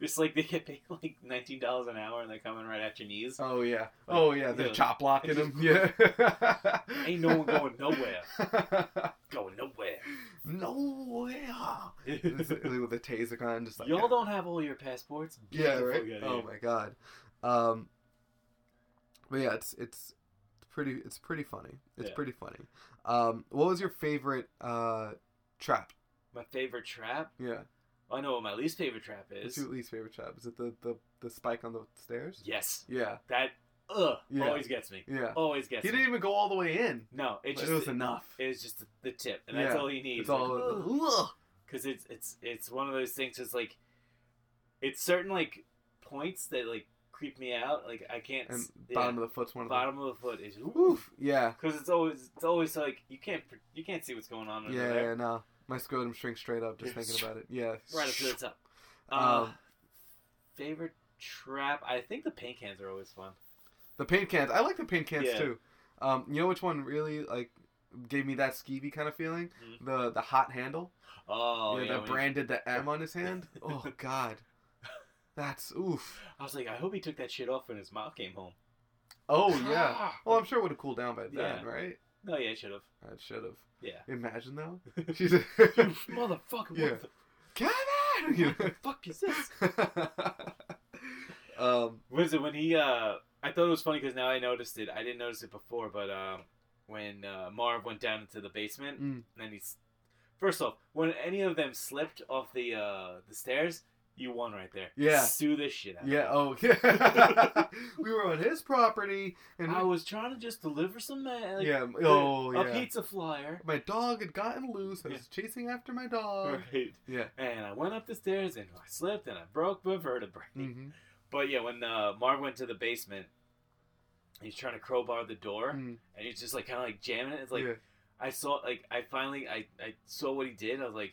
Speaker 3: It's like they get paid like nineteen dollars an hour and they're coming right at your knees.
Speaker 2: oh yeah. Oh yeah. They're
Speaker 3: Yeah.
Speaker 2: chop blocking them. Yeah.
Speaker 3: Just- [laughs] Ain't no one going nowhere. [laughs]
Speaker 2: [laughs]
Speaker 3: Going nowhere.
Speaker 2: Nowhere. [laughs]
Speaker 3: [laughs]
Speaker 2: It's like with the taser gun, just like
Speaker 3: Y'all don't have all your passports.
Speaker 2: [laughs] Yeah,
Speaker 3: Beautiful,
Speaker 2: right.
Speaker 3: get
Speaker 2: Oh
Speaker 3: it.
Speaker 2: my god. Um, but yeah, it's it's pretty it's pretty funny. It's
Speaker 3: Yeah.
Speaker 2: pretty funny. Um, what was your favorite uh trap?
Speaker 3: My favorite trap.
Speaker 2: Yeah,
Speaker 3: I know what my least favorite trap
Speaker 2: what's
Speaker 3: is.
Speaker 2: your least favorite trap? Is it the the, the spike on the stairs?
Speaker 3: Yes,
Speaker 2: Yeah,
Speaker 3: that ugh
Speaker 2: Yeah.
Speaker 3: always gets me.
Speaker 2: yeah.
Speaker 3: Always gets
Speaker 2: He
Speaker 3: me.
Speaker 2: didn't even go all the way in.
Speaker 3: No, oh, it
Speaker 2: But
Speaker 3: just
Speaker 2: it was enough.
Speaker 3: It was just the tip, and that's
Speaker 2: Yeah,
Speaker 3: all you need.
Speaker 2: it's all [laughs] ugh.
Speaker 3: because it's it's it's one of those things. It's like it's certain like points that like creep me out. Like I can't.
Speaker 2: and
Speaker 3: s- yeah,
Speaker 2: bottom of the foot's one of
Speaker 3: bottom of the foot is
Speaker 2: the oof. Yeah,
Speaker 3: because it's always it's always like you can't pr- you can't see what's going on under
Speaker 2: yeah.
Speaker 3: there
Speaker 2: No, my scrotum shrinks straight up just
Speaker 3: Yeah.
Speaker 2: thinking about it. Yeah,
Speaker 3: right up to the top. Uh,
Speaker 2: Um,
Speaker 3: favorite trap? I think the paint cans are always fun.
Speaker 2: The paint cans. I like the paint cans
Speaker 3: Yeah.
Speaker 2: too. Um, you know which one really like gave me that skeevy kind of feeling?
Speaker 3: Mhm.
Speaker 2: The the hot handle.
Speaker 3: Oh
Speaker 2: yeah,
Speaker 3: yeah,
Speaker 2: that
Speaker 3: when-
Speaker 2: branded the M on his
Speaker 3: [laughs]
Speaker 2: hand. Oh God, that's oof.
Speaker 3: I was like, I hope he took that shit off when his mom came home.
Speaker 2: Oh [laughs] yeah.
Speaker 3: [gasps]
Speaker 2: Well, I'm sure it would have cooled down by then,
Speaker 3: Yeah.
Speaker 2: right?
Speaker 3: no, yeah, should have.
Speaker 2: I should have.
Speaker 3: Yeah.
Speaker 2: Imagine
Speaker 3: [laughs]
Speaker 2: though. [laughs] She's a,
Speaker 3: Motherfucker,
Speaker 2: Yeah.
Speaker 3: what, the,
Speaker 2: Come on. You
Speaker 3: what the fuck is this?
Speaker 2: know? [laughs] um.
Speaker 3: Was it when he? uh I thought it was funny because now I noticed it. I didn't notice it before, but um, when uh, Marv went down into the basement,
Speaker 2: mm,
Speaker 3: and then he's first off, when any of them slipped off the uh the stairs, you won right there.
Speaker 2: Yeah.
Speaker 3: sue this shit out. of
Speaker 2: Yeah.
Speaker 3: them. [laughs]
Speaker 2: Oh. [laughs] Yeah. we were on his property, and
Speaker 3: I
Speaker 2: we,
Speaker 3: was trying to just deliver some man, like,
Speaker 2: yeah. Oh.
Speaker 3: a
Speaker 2: yeah.
Speaker 3: pizza flyer.
Speaker 2: My dog had gotten loose. I
Speaker 3: Yeah.
Speaker 2: was chasing after my dog.
Speaker 3: Right.
Speaker 2: Yeah.
Speaker 3: And I went up the stairs and I slipped and I broke my vertebrae.
Speaker 2: Mm-hmm.
Speaker 3: But yeah, when uh, Marv went to the basement, he's trying to crowbar the door and he's just like kind of like jamming it. It's like
Speaker 2: Mm. Mm-hmm. yeah.
Speaker 3: I saw, like I finally I I saw what he did. I was like,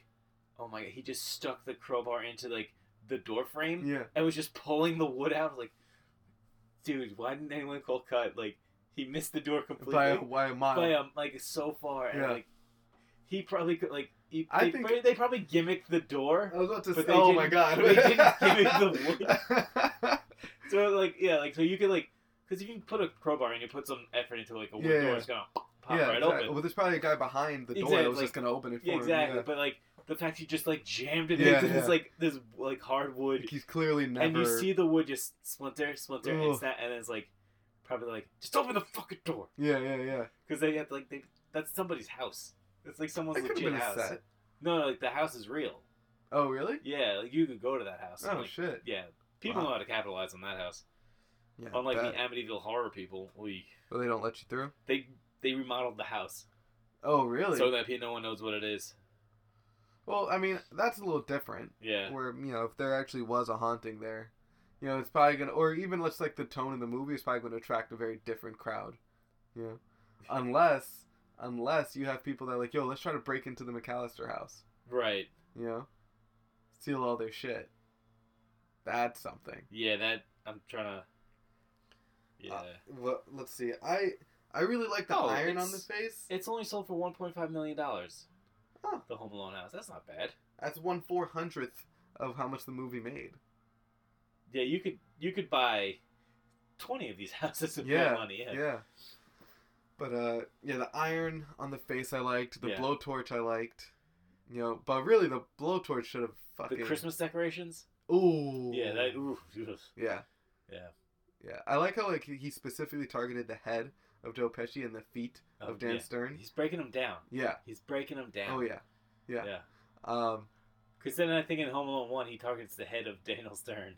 Speaker 3: oh my god, he just stuck the crowbar into like the door frame
Speaker 2: Yeah.
Speaker 3: and was just pulling the wood out. Like, dude, why didn't anyone call cut? Like he missed the door completely.
Speaker 2: By a, by a mile.
Speaker 3: by um, like so far, and
Speaker 2: Yeah.
Speaker 3: like he probably could like he,
Speaker 2: I
Speaker 3: they,
Speaker 2: think-
Speaker 3: probably, they probably gimmicked the door.
Speaker 2: I was about to
Speaker 3: But
Speaker 2: say.
Speaker 3: they
Speaker 2: Oh
Speaker 3: didn't-
Speaker 2: my god. [laughs]
Speaker 3: they didn't give it So like yeah, like so you could like because if you put a crowbar and you put some effort into like a wood
Speaker 2: Yeah,
Speaker 3: door,
Speaker 2: yeah.
Speaker 3: it's gonna pop
Speaker 2: yeah.
Speaker 3: right
Speaker 2: exactly.
Speaker 3: open.
Speaker 2: Well, there's probably a guy behind the door that was
Speaker 3: Exactly.
Speaker 2: just gonna open it for
Speaker 3: Yeah,
Speaker 2: him.
Speaker 3: exactly.
Speaker 2: Yeah.
Speaker 3: But like the fact you just like jammed it
Speaker 2: Yeah,
Speaker 3: into
Speaker 2: yeah.
Speaker 3: this like this like hardwood,
Speaker 2: Like, he's clearly never.
Speaker 3: and you see the wood just splinter, splinter,
Speaker 2: Ugh.
Speaker 3: and snap, and it's like probably like just open the fucking door
Speaker 2: Yeah. Yeah. Yeah.
Speaker 3: because they have to, like they that's somebody's house. It's like someone's
Speaker 2: That could have
Speaker 3: legit
Speaker 2: been a
Speaker 3: house.
Speaker 2: set.
Speaker 3: No, no, like the house is real.
Speaker 2: Oh really?
Speaker 3: Yeah, like you could go to that house. and,
Speaker 2: Oh
Speaker 3: like,
Speaker 2: shit.
Speaker 3: Yeah, people
Speaker 2: Wow.
Speaker 3: know how to capitalize on that house.
Speaker 2: Yeah.
Speaker 3: Unlike
Speaker 2: bet.
Speaker 3: the Amityville horror people, we
Speaker 2: But they don't let you through.
Speaker 3: they they remodeled the house
Speaker 2: Oh really?
Speaker 3: so that no one knows what it is.
Speaker 2: well, I mean, that's a little different.
Speaker 3: Yeah,
Speaker 2: where you know if there actually was a haunting there you know it's probably gonna or even let's like the tone of the movie is probably gonna attract a very different crowd you know unless unless you have people that are like yo let's try to break into the mcallister house
Speaker 3: right.
Speaker 2: you know steal all their shit that's something
Speaker 3: Yeah, that I'm trying to. Yeah,
Speaker 2: Uh. well, let's see i i really like the
Speaker 3: Oh,
Speaker 2: iron on the
Speaker 3: it's-
Speaker 2: face
Speaker 3: it's only sold for 1.5 million dollars.
Speaker 2: Huh.
Speaker 3: The Home Alone house. That's not bad.
Speaker 2: that's one four hundredth of how much the movie made
Speaker 3: Yeah, you could you could buy twenty of these [laughs] houses with
Speaker 2: Yeah,
Speaker 3: that money. Yeah.
Speaker 2: yeah but uh yeah the iron on the face i liked the
Speaker 3: Yeah.
Speaker 2: blowtorch i liked you know but really the blowtorch should have
Speaker 3: The
Speaker 2: fucking
Speaker 3: Christmas decorations.
Speaker 2: ooh
Speaker 3: Yeah, that. Ooh, ugh.
Speaker 2: yeah
Speaker 3: Yeah.
Speaker 2: yeah i like how like he specifically targeted the head of joe pesci and the feet
Speaker 3: Oh,
Speaker 2: of dan
Speaker 3: yeah.
Speaker 2: stern
Speaker 3: He's breaking them down.
Speaker 2: yeah
Speaker 3: He's breaking them down.
Speaker 2: oh yeah yeah.
Speaker 3: Yeah.
Speaker 2: um
Speaker 3: Because then I think in Home Alone one he targets the head of Daniel Stern.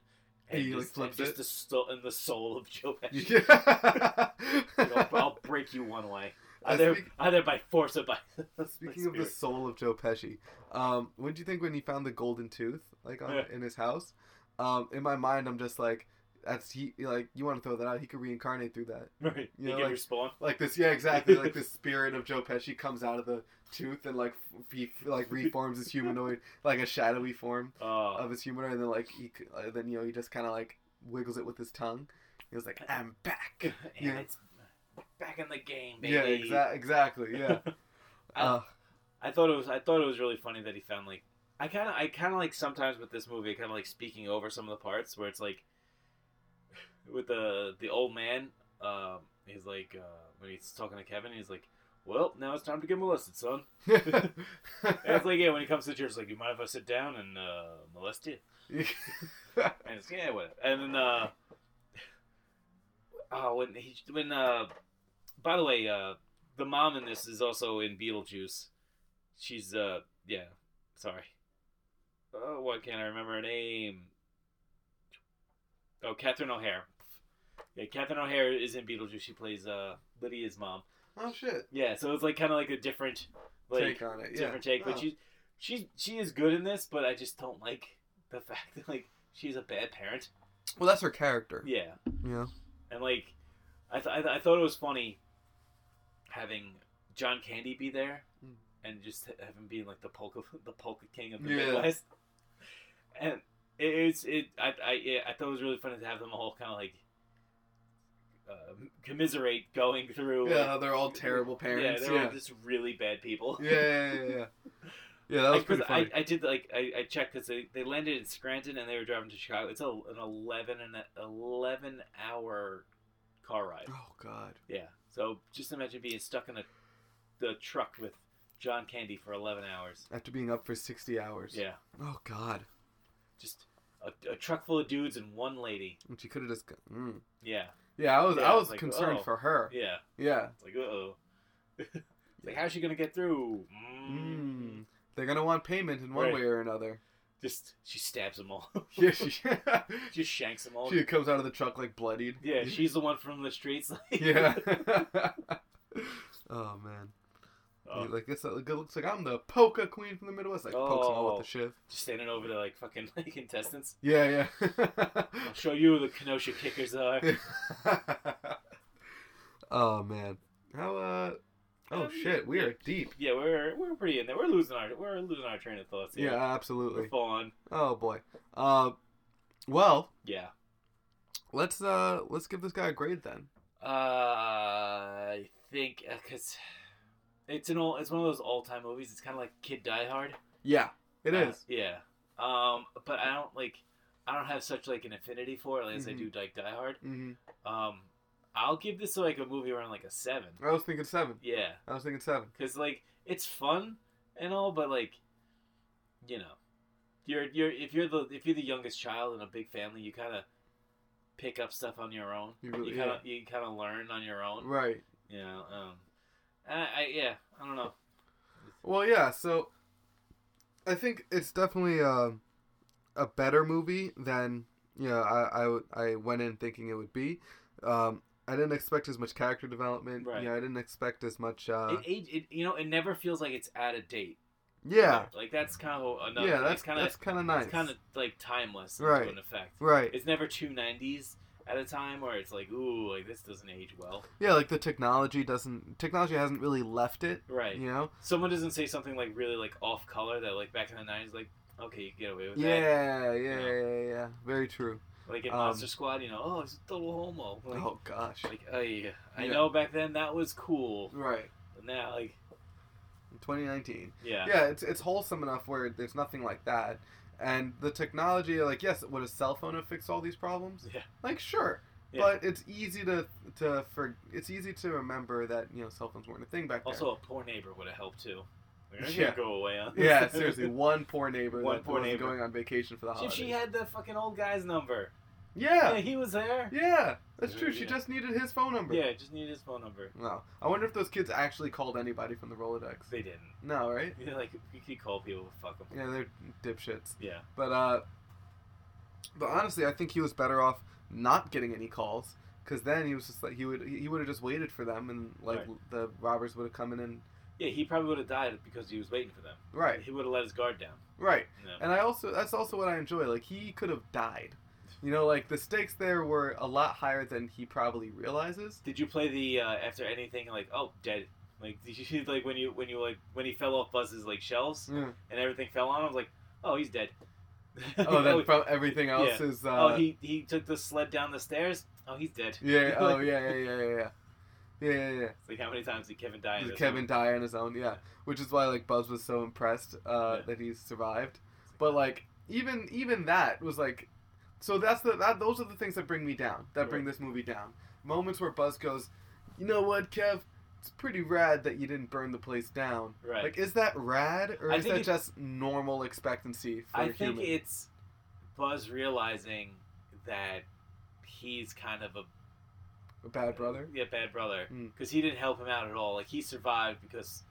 Speaker 3: And
Speaker 2: He, like,
Speaker 3: just,
Speaker 2: flips
Speaker 3: just
Speaker 2: it.
Speaker 3: the soul and the soul of Joe
Speaker 2: [laughs]
Speaker 3: Pesci.
Speaker 2: yeah.
Speaker 3: [laughs]
Speaker 2: [laughs]
Speaker 3: I'll, I'll break you one way,
Speaker 2: Uh,
Speaker 3: either
Speaker 2: speak-
Speaker 3: either by force or by. [laughs]
Speaker 2: [laughs] Speaking of the soul of Joe Pesci, um, what do you think when he found the golden tooth, like on,
Speaker 3: Yeah.
Speaker 2: in his house? Um, in my mind, I'm just like, that's he. Like you want to throw that out? He could reincarnate through that.
Speaker 3: right,
Speaker 2: you
Speaker 3: you
Speaker 2: know,
Speaker 3: can
Speaker 2: like-
Speaker 3: respawn. [laughs]
Speaker 2: Like this, yeah, exactly. like the spirit of Joe Pesci comes out of the tooth and like he like reforms his
Speaker 3: [laughs]
Speaker 2: humanoid like a shadowy form
Speaker 3: Uh,
Speaker 2: of his humanoid, and then like he c- uh, then you know he just kind of like wiggles it with his tongue. He was like, "I'm back."
Speaker 3: [laughs] and
Speaker 2: yeah.
Speaker 3: it's back in the game, baby.
Speaker 2: yeah, exa- exactly. Yeah.
Speaker 3: [laughs] I-
Speaker 2: Uh, [laughs]
Speaker 3: [laughs] I thought it was I thought it was really funny that he found like I kind of I kind of like sometimes with this movie kind of like speaking over some of the parts where it's like [sighs] with the the old man um he's like uh, when he's talking to Kevin he's like well now it's time to get molested son and it's like yeah when he comes to church it's like you mind if I sit down and uh, molest you and it's yeah whatever and then uh oh when he when uh by the way uh the mom in this is also in Beetlejuice she's uh yeah sorry oh why can't I remember her name oh Catherine O'Hare yeah Catherine O'Hare is in Beetlejuice she plays uh Lydia's mom
Speaker 2: [laughs] oh shit!
Speaker 3: yeah so it's like kind of like a different like
Speaker 2: take on it. Yeah.
Speaker 3: different take
Speaker 2: Oh.
Speaker 3: but she she she is good in this but I just don't like the fact that like she's a bad parent
Speaker 2: well, that's her character.
Speaker 3: yeah
Speaker 2: You know.
Speaker 3: and like, I, th- I, th- I thought it was funny having John Candy be there
Speaker 2: Mm.
Speaker 3: and just ha- have him being like the polka [laughs] the polka king of the
Speaker 2: Yeah.
Speaker 3: Midwest. And it, it's it I I yeah, I thought it was really funny to have them all kind of like uh, commiserate going through.
Speaker 2: Yeah,
Speaker 3: like-
Speaker 2: they're all terrible parents.
Speaker 3: Yeah,
Speaker 2: Yeah,
Speaker 3: they're
Speaker 2: yeah.
Speaker 3: all just really bad people.
Speaker 2: yeah, yeah, yeah,
Speaker 3: [laughs]
Speaker 2: yeah. Yeah, that was
Speaker 3: Like,
Speaker 2: pretty
Speaker 3: 'cause
Speaker 2: funny.
Speaker 3: I, I did like I, I checked because they, they landed in Scranton and they were driving to Chicago. It's a, an eleven and a- eleven hour car ride.
Speaker 2: oh God.
Speaker 3: Yeah. So just imagine being stuck in a the truck with John Candy for eleven hours.
Speaker 2: After being up for sixty hours.
Speaker 3: Yeah.
Speaker 2: Oh God.
Speaker 3: Just a, a truck full of dudes and one lady.
Speaker 2: And she could have just. go- Mm.
Speaker 3: Yeah.
Speaker 2: Yeah, I was.
Speaker 3: Yeah,
Speaker 2: I
Speaker 3: I
Speaker 2: was,
Speaker 3: was like,
Speaker 2: concerned
Speaker 3: oh.
Speaker 2: for her.
Speaker 3: Yeah.
Speaker 2: Yeah.
Speaker 3: It's like uh oh. [laughs] like how's she gonna get through? Mm.
Speaker 2: Mm. They're gonna want payment in one
Speaker 3: Right.
Speaker 2: way or [laughs] another.
Speaker 3: Just she stabs them all. [laughs]
Speaker 2: Yeah, she. [laughs]
Speaker 3: she shanks them all.
Speaker 2: she comes out of the truck like bloodied. [laughs]
Speaker 3: yeah, she's the one from the streets. [laughs] Like,
Speaker 2: yeah. [laughs] oh man.
Speaker 3: Oh,
Speaker 2: Like this. It looks like I'm the polka queen from the Midwest. Like pokes them all
Speaker 3: Oh.
Speaker 2: with the shiv.
Speaker 3: just standing over the like fucking [laughs] like contestants.
Speaker 2: Yeah, [laughs]
Speaker 3: I'll show you who the Kenosha kickers are.
Speaker 2: yeah. oh man. How uh Oh
Speaker 3: Um,
Speaker 2: shit, we are deep.
Speaker 3: Yeah, we're we're pretty in there. We're losing our we're losing our train of thoughts.
Speaker 2: Yeah,
Speaker 3: here.
Speaker 2: absolutely.
Speaker 3: we're falling.
Speaker 2: Oh boy. Uh well,
Speaker 3: Yeah.
Speaker 2: let's uh let's give this guy a grade then.
Speaker 3: Uh, I think because it's an all it's one of those all time movies. It's kind of like Kid Die Hard.
Speaker 2: Yeah, it is.
Speaker 3: Uh, yeah. Um, but I don't like. I don't have such like an affinity for it as I
Speaker 2: Mm-hmm.
Speaker 3: do like Die Hard.
Speaker 2: hmm
Speaker 3: Um, I'll give this like a movie around like a seven.
Speaker 2: I was thinking 7.
Speaker 3: Yeah,
Speaker 2: I was thinking 7.
Speaker 3: because like it's fun and all, but like, you know, you're you're if you're the if you're the youngest child in a big family, you kind of pick up stuff on your own.
Speaker 2: You really-
Speaker 3: you kind of you kind of learn on your own.
Speaker 2: Right.
Speaker 3: You know, um, I, I yeah, I don't know.
Speaker 2: Well, yeah, so I think it's definitely uh, a better movie than you know, I, I w- I went in thinking it would be. Um, I didn't expect as much character development.
Speaker 3: Right.
Speaker 2: Yeah, I didn't expect as much. Uh,
Speaker 3: it, it, it, you know, it never feels like it's out of date.
Speaker 2: yeah,
Speaker 3: like that's kind of another.
Speaker 2: yeah, that's
Speaker 3: it's kind of
Speaker 2: that's kind of nice.
Speaker 3: it's kind of like timeless
Speaker 2: Right.
Speaker 3: to an effect.
Speaker 2: right.
Speaker 3: It's never two nineties at a time where it's like, ooh, like this doesn't age well.
Speaker 2: yeah, like the technology doesn't technology hasn't really left it.
Speaker 3: Right.
Speaker 2: You know.
Speaker 3: Someone doesn't say something like really like off color that like back in the nineties, like okay, you get away with that.
Speaker 2: Yeah, yeah, yeah,
Speaker 3: Yeah.
Speaker 2: yeah, yeah. Very true.
Speaker 3: Like in
Speaker 2: Um,
Speaker 3: Monster Squad, you know, oh, it's a total homo. Like,
Speaker 2: oh gosh.
Speaker 3: like I, I
Speaker 2: Yeah.
Speaker 3: know back then that was cool.
Speaker 2: Right.
Speaker 3: But now, like,
Speaker 2: 2019.
Speaker 3: yeah,
Speaker 2: yeah, it's it's wholesome enough where there's nothing like that. And the technology, like, yes, would a cell phone have fixed all these problems?
Speaker 3: Yeah.
Speaker 2: Like, sure.
Speaker 3: Yeah.
Speaker 2: But it's easy to to for it's easy to remember that you know cell phones weren't a thing back then.
Speaker 3: Also, a poor neighbor would have helped too. Like, I can't
Speaker 2: Yeah.
Speaker 3: go away. Huh?
Speaker 2: [laughs]
Speaker 3: [laughs]
Speaker 2: yeah, seriously, one poor neighbor
Speaker 3: One
Speaker 2: that
Speaker 3: poor
Speaker 2: wasn't
Speaker 3: neighbor.
Speaker 2: going on vacation for the
Speaker 3: She,
Speaker 2: holidays.
Speaker 3: she had the fucking old guy's number. Yeah,
Speaker 2: yeah,
Speaker 3: he was there.
Speaker 2: yeah, that's true. She
Speaker 3: Yeah.
Speaker 2: just needed his phone number.
Speaker 3: Yeah, just needed his phone number.
Speaker 2: Wow. I wonder if those kids actually called anybody from the Rolodex.
Speaker 3: They didn't. [laughs]
Speaker 2: No, right?
Speaker 3: You know, like you could call people, fuck them.
Speaker 2: Yeah, they're dipshits.
Speaker 3: Yeah.
Speaker 2: But uh, but honestly, I think he was better off not getting any calls because then he was just like he would he would have just waited for them and like the robbers would have come in and
Speaker 3: Yeah, he probably would have died because he was waiting for them.
Speaker 2: right
Speaker 3: He would have let his guard down.
Speaker 2: right.
Speaker 3: Yeah.
Speaker 2: And I also that's also what I enjoy. Like he could have died, you know. Like the stakes there were a lot higher than he probably realizes.
Speaker 3: Did you play the uh, after anything like oh dead? Like [laughs] did you see like when you when you like when he fell off Buzz's like shelves
Speaker 2: Yeah.
Speaker 3: and everything fell on him? I was like, oh, he's dead. [laughs]
Speaker 2: Oh, that from everything else
Speaker 3: Yeah.
Speaker 2: is. Uh,
Speaker 3: oh, he he took the sled down the stairs. Oh, he's dead. [laughs]
Speaker 2: Yeah. Oh, yeah, yeah, yeah, yeah, yeah. Yeah, yeah, yeah.
Speaker 3: Like how many times did Kevin die? in
Speaker 2: Did
Speaker 3: this
Speaker 2: Kevin die on his own? Yeah.
Speaker 3: Yeah.
Speaker 2: Which is why like Buzz was so impressed uh,
Speaker 3: Yeah.
Speaker 2: that he survived.
Speaker 3: one?
Speaker 2: But like even even that was like, so that's the that those are the things that bring me down. That bring
Speaker 3: Right.
Speaker 2: this movie down. Moments where Buzz goes, you know what, Kev. It's pretty rad that you didn't burn the place down.
Speaker 3: right.
Speaker 2: Like, is that rad or
Speaker 3: I
Speaker 2: is
Speaker 3: think
Speaker 2: that
Speaker 3: it-
Speaker 2: just normal expectancy for
Speaker 3: I
Speaker 2: a
Speaker 3: think
Speaker 2: human?
Speaker 3: it's Buzz realizing that he's kind of a
Speaker 2: a bad brother.
Speaker 3: Yeah, bad brother.
Speaker 2: Mm.
Speaker 3: Because he didn't help him out at all. Like he survived because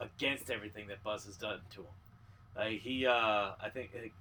Speaker 3: against everything that Buzz has done to him. Like he, uh, I think. Like,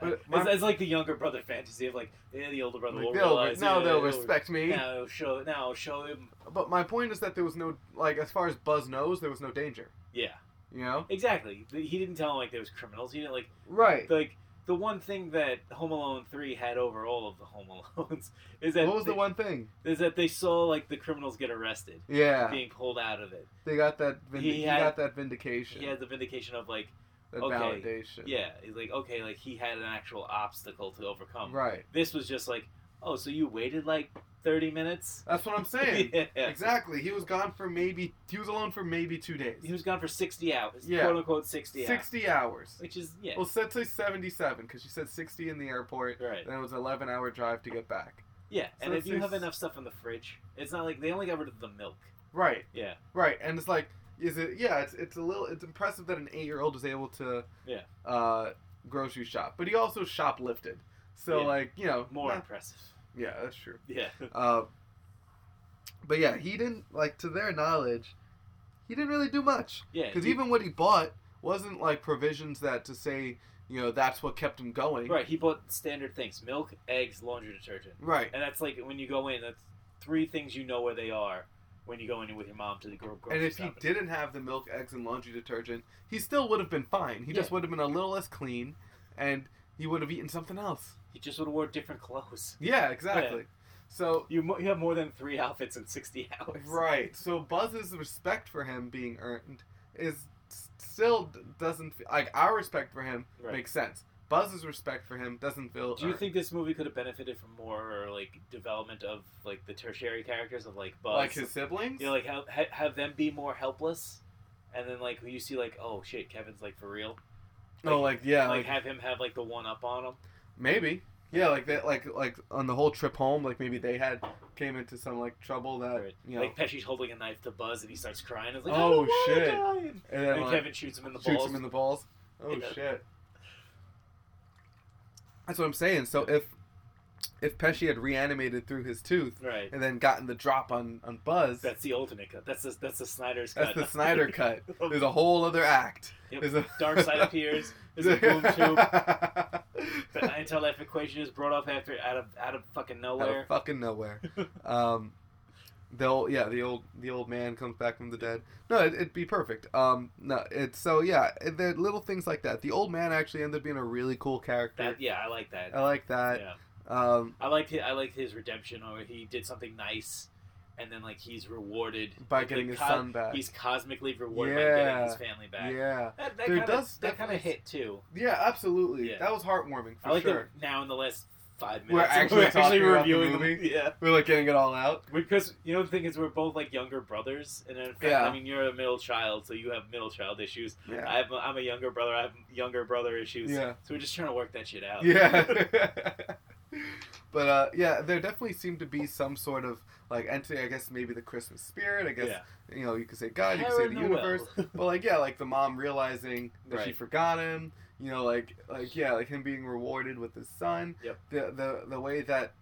Speaker 2: But
Speaker 3: it's,
Speaker 2: my-
Speaker 3: it's like the younger brother fantasy of like eh, the older brother
Speaker 2: Like,
Speaker 3: will
Speaker 2: they'll,
Speaker 3: realize
Speaker 2: now
Speaker 3: yeah,
Speaker 2: they'll
Speaker 3: yeah,
Speaker 2: respect me.
Speaker 3: Now it'll show now it'll show him
Speaker 2: But my point is that there was no like as far as Buzz knows, there was no danger.
Speaker 3: yeah
Speaker 2: You know?
Speaker 3: exactly he didn't tell him like there was criminals he didn't like
Speaker 2: Right.
Speaker 3: like the one thing that Home Alone three had over all of the Home Alones [laughs] is that
Speaker 2: what was
Speaker 3: they,
Speaker 2: the one thing?
Speaker 3: is that they saw like the criminals get arrested
Speaker 2: Yeah,
Speaker 3: being pulled out of it
Speaker 2: they got that. Vind-
Speaker 3: He
Speaker 2: he,
Speaker 3: had-
Speaker 2: got that vindication,
Speaker 3: he had the vindication of like
Speaker 2: that
Speaker 3: okay,
Speaker 2: validation.
Speaker 3: Yeah, it's like okay, like he had an actual obstacle to overcome.
Speaker 2: right.
Speaker 3: This was just like, oh, so you waited like thirty minutes?
Speaker 2: That's what I'm saying.
Speaker 3: [laughs] yeah.
Speaker 2: Exactly. He was gone for maybe he was alone for maybe two days.
Speaker 3: He was gone for sixty hours,
Speaker 2: Yeah.
Speaker 3: quote unquote sixty, hours,
Speaker 2: Sixty hours.
Speaker 3: which is yeah,
Speaker 2: Well, let's say seventy-seven because she said sixty in the airport.
Speaker 3: right,
Speaker 2: Then it was an eleven-hour drive to get back.
Speaker 3: yeah.
Speaker 2: So
Speaker 3: and if
Speaker 2: let's
Speaker 3: you
Speaker 2: say
Speaker 3: have
Speaker 2: s-
Speaker 3: enough stuff in the fridge, it's not like they only got rid of the milk.
Speaker 2: Right.
Speaker 3: Yeah,
Speaker 2: Right. And it's like, is it? Yeah. It's it's a little. It's impressive that an eight-year-old is able to.
Speaker 3: Yeah.
Speaker 2: Uh, grocery shop, but he also shoplifted. So
Speaker 3: Yeah.
Speaker 2: like you know
Speaker 3: more
Speaker 2: not-
Speaker 3: impressive. [laughs]
Speaker 2: yeah, that's true.
Speaker 3: Yeah,
Speaker 2: Uh, but yeah, he didn't like to their knowledge, he didn't really do much
Speaker 3: yeah.
Speaker 2: because
Speaker 3: he-
Speaker 2: even what he bought wasn't like provisions that to say you know that's what kept him going.
Speaker 3: right, he bought standard things: milk, eggs, laundry detergent,
Speaker 2: Right.
Speaker 3: and that's like when you go in, that's three things you know where they are when you go in with your mom to the gro- grocery
Speaker 2: And if he
Speaker 3: shopping.
Speaker 2: didn't have the milk, eggs, and laundry detergent, he still would have been fine. He just
Speaker 3: Yeah.
Speaker 2: would have been a little less clean, and he would have eaten something else.
Speaker 3: he just would have wore different clothes. [laughs]
Speaker 2: Yeah, exactly. So
Speaker 3: You mo- you have more than three outfits in sixty [laughs] hours.
Speaker 2: Right. So Buzz's respect for him being earned is s- still d- doesn't fe- like our respect for him
Speaker 3: Right.
Speaker 2: makes sense. Buzz's respect for him doesn't feel.
Speaker 3: Do you
Speaker 2: earned.
Speaker 3: think this movie could have benefited from more like development of like the tertiary characters of like Buzz?
Speaker 2: like his siblings?
Speaker 3: you know, like have, ha- have them be more helpless, and then like you see like oh shit, Kevin's like for real.
Speaker 2: oh, like yeah,
Speaker 3: like,
Speaker 2: like,
Speaker 3: have him have like the one up on him.
Speaker 2: maybe. Yeah, like that. Like like on the whole trip home, like maybe they had came into some like trouble that
Speaker 3: Right.
Speaker 2: you know,
Speaker 3: Like Pesci's holding a knife to Buzz, and he starts crying. It's like
Speaker 2: Oh,
Speaker 3: oh shit,
Speaker 2: shit.
Speaker 3: and
Speaker 2: and then
Speaker 3: then
Speaker 2: like,
Speaker 3: Kevin shoots him in the
Speaker 2: shoots
Speaker 3: balls.
Speaker 2: him in the balls. Oh
Speaker 3: Yeah.
Speaker 2: shit. That's what I'm saying. So if if Pesci had reanimated through his tooth
Speaker 3: right.
Speaker 2: and then gotten the drop on on Buzz,
Speaker 3: That's the alternate cut. That's the that's the Snyder's
Speaker 2: That's
Speaker 3: cut. [laughs]
Speaker 2: the Snyder cut.
Speaker 3: Oh.
Speaker 2: There's a whole other act.
Speaker 3: Yep.
Speaker 2: There's a [laughs]
Speaker 3: Dark side appears. There's a boom tube. The
Speaker 2: tube.
Speaker 3: anti life equation is brought up after out of out of fucking
Speaker 2: Out
Speaker 3: nowhere.
Speaker 2: of fucking nowhere.
Speaker 3: [laughs]
Speaker 2: Um, the old, yeah, the old the old man comes back from the dead. No, it, it'd be perfect. Um, no, it's so yeah, it- there are little things like that. The old man actually ended up being a really cool character.
Speaker 3: That yeah, I like that.
Speaker 2: I like that.
Speaker 3: yeah,
Speaker 2: Um,
Speaker 3: I liked his, I liked his redemption, or he did something nice, and then like he's rewarded
Speaker 2: by
Speaker 3: Like,
Speaker 2: getting
Speaker 3: the
Speaker 2: his
Speaker 3: co-
Speaker 2: son back.
Speaker 3: He's cosmically rewarded by
Speaker 2: Yeah.
Speaker 3: getting his family back.
Speaker 2: Yeah,
Speaker 3: That, that
Speaker 2: There
Speaker 3: kind of
Speaker 2: does
Speaker 3: that kind
Speaker 2: definitely-
Speaker 3: of hit too.
Speaker 2: yeah, absolutely.
Speaker 3: Yeah.
Speaker 2: That was heartwarming for
Speaker 3: I like
Speaker 2: sure.
Speaker 3: that now in the last five minutes
Speaker 2: We're actually talking about the movie?
Speaker 3: Yeah,
Speaker 2: We're like getting it all out.
Speaker 3: because you know the thing is we're both like younger brothers, and in fact,
Speaker 2: Yeah.
Speaker 3: I mean you're a middle child, so you have middle child issues.
Speaker 2: Yeah.
Speaker 3: I have, I'm a younger brother. I have younger brother issues.
Speaker 2: Yeah.
Speaker 3: So we're just trying to work that shit out. [laughs]
Speaker 2: Yeah. [laughs] but uh, yeah, there definitely seemed to be some sort of like entity. I guess maybe the Christmas spirit. I guess you know you could say God, you could say the universe. But like yeah, like the mom realizing that she
Speaker 3: Right.
Speaker 2: forgot him. You know, like like yeah, like him being rewarded with his son.
Speaker 3: Yep.
Speaker 2: The the the way that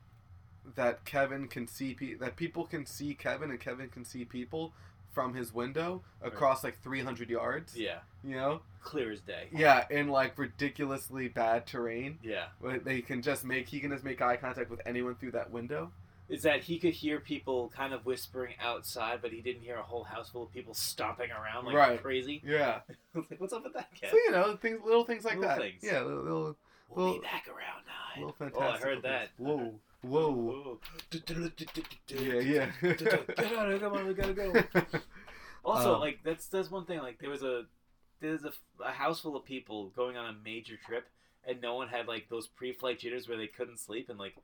Speaker 2: that Kevin can see pe- that people can see Kevin and Kevin can see people from his window across like 300 yards.
Speaker 3: [laughs] yeah.
Speaker 2: You know.
Speaker 3: Clear as day.
Speaker 2: Yeah, in like ridiculously bad terrain.
Speaker 3: Yeah.
Speaker 2: Where they can just make he can just make eye contact with anyone through that window.
Speaker 3: Is that he could hear people kind of whispering outside, but he didn't hear a whole house full of people stomping around like
Speaker 2: Right.
Speaker 3: crazy. [laughs]
Speaker 2: Yeah.
Speaker 3: Like, What's up with that kid?
Speaker 2: So you know things, little things like
Speaker 3: Little
Speaker 2: that.
Speaker 3: things.
Speaker 2: Yeah, little, little,
Speaker 3: We'll, be
Speaker 2: Well-
Speaker 3: back around nine.
Speaker 2: little
Speaker 3: oh,
Speaker 2: fantastic.
Speaker 3: I heard that.
Speaker 2: Whoa, whoa.
Speaker 3: Whoa.
Speaker 2: Yeah, yeah. [laughs]
Speaker 3: Get out of here! Come on, we gotta go. Also,
Speaker 2: Um,
Speaker 3: like that's that's one thing. Like there was a there's a, a house full of people going on a major trip, and no one had like those pre-flight jitters where they couldn't sleep and like,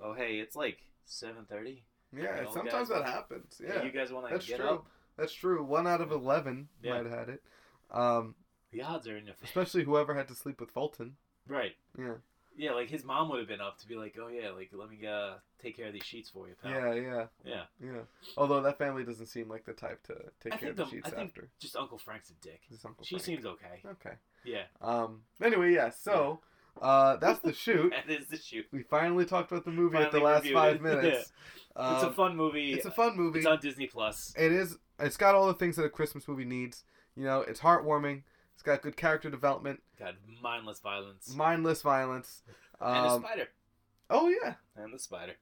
Speaker 3: oh hey, it's like seven thirty.
Speaker 2: Yeah,
Speaker 3: Okay.
Speaker 2: sometimes that happens. Yeah,
Speaker 3: you guys want to
Speaker 2: that's
Speaker 3: get
Speaker 2: true.
Speaker 3: up?
Speaker 2: That's true. One out of eleven
Speaker 3: Yeah.
Speaker 2: might have had it. Um,
Speaker 3: The odds are in your favor.
Speaker 2: especially whoever had to sleep with Fulton.
Speaker 3: [laughs] Right.
Speaker 2: Yeah,
Speaker 3: Yeah, like his mom would have been up to be like, oh yeah, like let me uh, take care of these sheets for you, pal.
Speaker 2: yeah, yeah,
Speaker 3: Yeah.
Speaker 2: yeah. Although that family doesn't seem like the type to take
Speaker 3: I
Speaker 2: care of
Speaker 3: think
Speaker 2: the,
Speaker 3: the-
Speaker 2: sheets
Speaker 3: I think-
Speaker 2: after.
Speaker 3: Just Uncle Frank's a dick.
Speaker 2: This Uncle
Speaker 3: She
Speaker 2: Frank. [laughs]
Speaker 3: seems okay.
Speaker 2: okay.
Speaker 3: Yeah.
Speaker 2: Um. Anyway, yeah. So, uh, that's the shoot.
Speaker 3: That is the shoot.
Speaker 2: We finally talked about the movie at the
Speaker 3: Finally
Speaker 2: last
Speaker 3: reviewed
Speaker 2: five
Speaker 3: [laughs] it.
Speaker 2: minutes. Um,
Speaker 3: it's a fun movie.
Speaker 2: it's a fun movie.
Speaker 3: It's on Disney Plus.
Speaker 2: It is. It's got all the things that a Christmas movie needs. You know, it's heartwarming. It's got good character development,
Speaker 3: God, mindless violence.
Speaker 2: mindless violence.
Speaker 3: and the
Speaker 2: Um,
Speaker 3: spider.
Speaker 2: oh yeah,
Speaker 3: And the spider.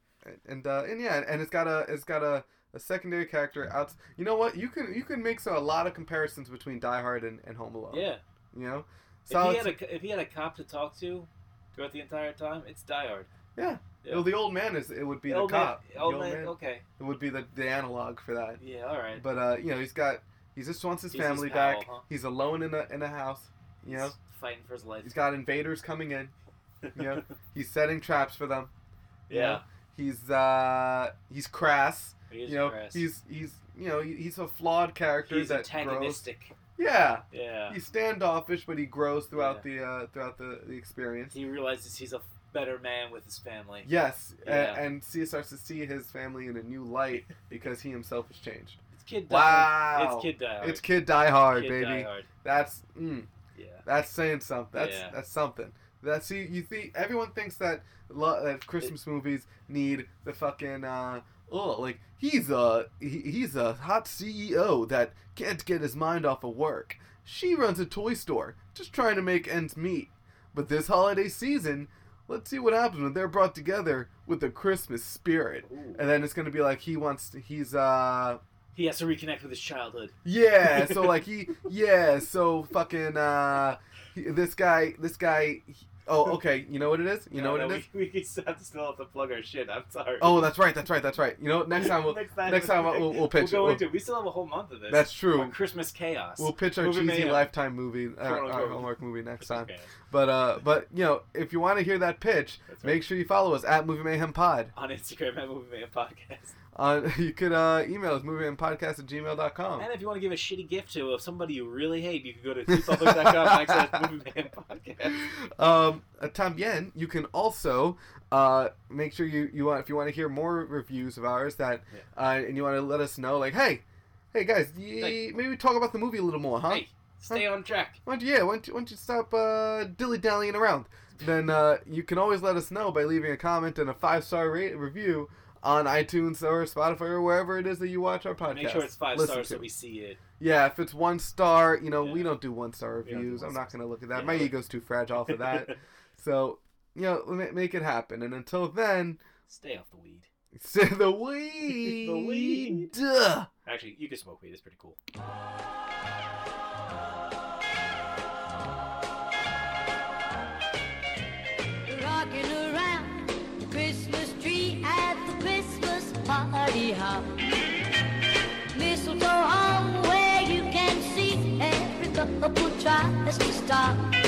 Speaker 2: and uh, and yeah, and it's got a it's got a, a secondary character out. You know what? You can you can make so, a lot of comparisons between Die Hard and, and Home Alone.
Speaker 3: Yeah.
Speaker 2: You know,
Speaker 3: If he
Speaker 2: uh, solid.
Speaker 3: had a if he had a cop to talk to throughout the entire time, it's Die Hard.
Speaker 2: well, the old man is it would be the,
Speaker 3: old man-
Speaker 2: cop. The
Speaker 3: old man, Okay.
Speaker 2: It would be the the analog for that.
Speaker 3: Yeah. All right.
Speaker 2: But uh, you know, he's got he just wants his
Speaker 3: He's his
Speaker 2: family
Speaker 3: pal,
Speaker 2: back.
Speaker 3: huh?
Speaker 2: He's alone in a in a house. You know,
Speaker 3: He's fighting for his life.
Speaker 2: he's got invaders coming in.
Speaker 3: [laughs]
Speaker 2: yeah. He's setting traps for them. you
Speaker 3: yeah.
Speaker 2: know? He's uh he's crass.
Speaker 3: He is
Speaker 2: you know,
Speaker 3: crass.
Speaker 2: he's he's you know, he- he's a flawed character
Speaker 3: He's
Speaker 2: that
Speaker 3: antagonistic.
Speaker 2: grows. Yeah.
Speaker 3: Yeah.
Speaker 2: He's standoffish but he grows throughout the uh throughout the, the experience.
Speaker 3: He realizes he's a better man with his family.
Speaker 2: Yes, a-
Speaker 3: Yeah.
Speaker 2: and C starts to see his family in a new
Speaker 3: [laughs]
Speaker 2: light because he himself has changed.
Speaker 3: It's Kid Die Hard.
Speaker 2: Wow.
Speaker 3: It's Kid Die Hard.
Speaker 2: It's Kid Die Hard,
Speaker 3: Kid
Speaker 2: baby.
Speaker 3: Die Hard.
Speaker 2: That's mm,
Speaker 3: Yeah.
Speaker 2: That's saying something. That's
Speaker 3: Yeah.
Speaker 2: that's something. That see you see everyone thinks that lo- that Christmas movies need the fucking uh oh like he's a he, he's a hot CEO that can't get his mind off of work. She runs a toy store just trying to make ends meet. But this holiday season, let's see what happens when they're brought together with the Christmas spirit.
Speaker 3: Ooh.
Speaker 2: And then it's gonna be like he wants to, he's uh
Speaker 3: He has to reconnect with his childhood.
Speaker 2: yeah, so like he, yeah, so fucking uh, he- this guy, this guy. he- oh, okay, you know what it is. You know what
Speaker 3: No,
Speaker 2: it
Speaker 3: no,
Speaker 2: is.
Speaker 3: [laughs] We, we still have to still have to plug our shit. I'm sorry.
Speaker 2: Oh, that's right, that's right, that's right. You know, next time we'll, next time we'll, we'll, we'll pitch
Speaker 3: We'll go
Speaker 2: it.
Speaker 3: into. it. We still have a whole month of
Speaker 2: We'll,
Speaker 3: this.
Speaker 2: that's
Speaker 3: Our
Speaker 2: true.
Speaker 3: Christmas chaos.
Speaker 2: We'll pitch our
Speaker 3: Movie
Speaker 2: cheesy
Speaker 3: Mayhem.
Speaker 2: lifetime movie, uh,
Speaker 3: Chrono
Speaker 2: our
Speaker 3: Trigger.
Speaker 2: homework movie next time.
Speaker 3: Christmas chaos.
Speaker 2: But uh, but you know, if you want to hear that pitch,
Speaker 3: That's right.
Speaker 2: make sure you follow us at Movie Mayhem Pod.
Speaker 3: on Instagram at Movie Man Podcast.
Speaker 2: On [laughs] you could uh, email us moviemayhempodcast at gmail.com.
Speaker 3: And if you want to give a shitty gift to of somebody you really hate, you
Speaker 2: [laughs]
Speaker 3: can go to tpublic.com backslash Movie Man Podcast.
Speaker 2: um, uh, también, you can also uh, make sure you, you want if you want to hear more reviews of ours that uh, and you want to let us know like hey hey guys ye,
Speaker 3: Hey.
Speaker 2: maybe we talk about the movie a little more huh
Speaker 3: Hey, stay on track.
Speaker 2: why don't you yeah why don't you, why don't you stop uh, dilly dallying around then uh, you can always let us know by leaving a comment and a five star rate review on iTunes or Spotify or wherever it is that you watch our podcast
Speaker 3: Make sure it's five
Speaker 2: Listen
Speaker 3: stars
Speaker 2: to
Speaker 3: so
Speaker 2: it.
Speaker 3: we see it.
Speaker 2: yeah, if it's one star, you know, we
Speaker 3: Yeah.
Speaker 2: don't do one star
Speaker 3: We don't do
Speaker 2: reviews. I'm
Speaker 3: one
Speaker 2: not going to look at that.
Speaker 3: Yeah.
Speaker 2: My ego's too fragile for that. So, you know, ma- make it happen. And until then,
Speaker 3: [laughs]
Speaker 2: [laughs]
Speaker 3: stay off the weed.
Speaker 2: say the weed.
Speaker 3: weed.
Speaker 2: Duh.
Speaker 3: Actually, you can smoke weed. It's pretty cool.
Speaker 4: Rocking around the Christmas tree at the Christmas party hop. Mistletoe hung where you can see every couple tries to stop.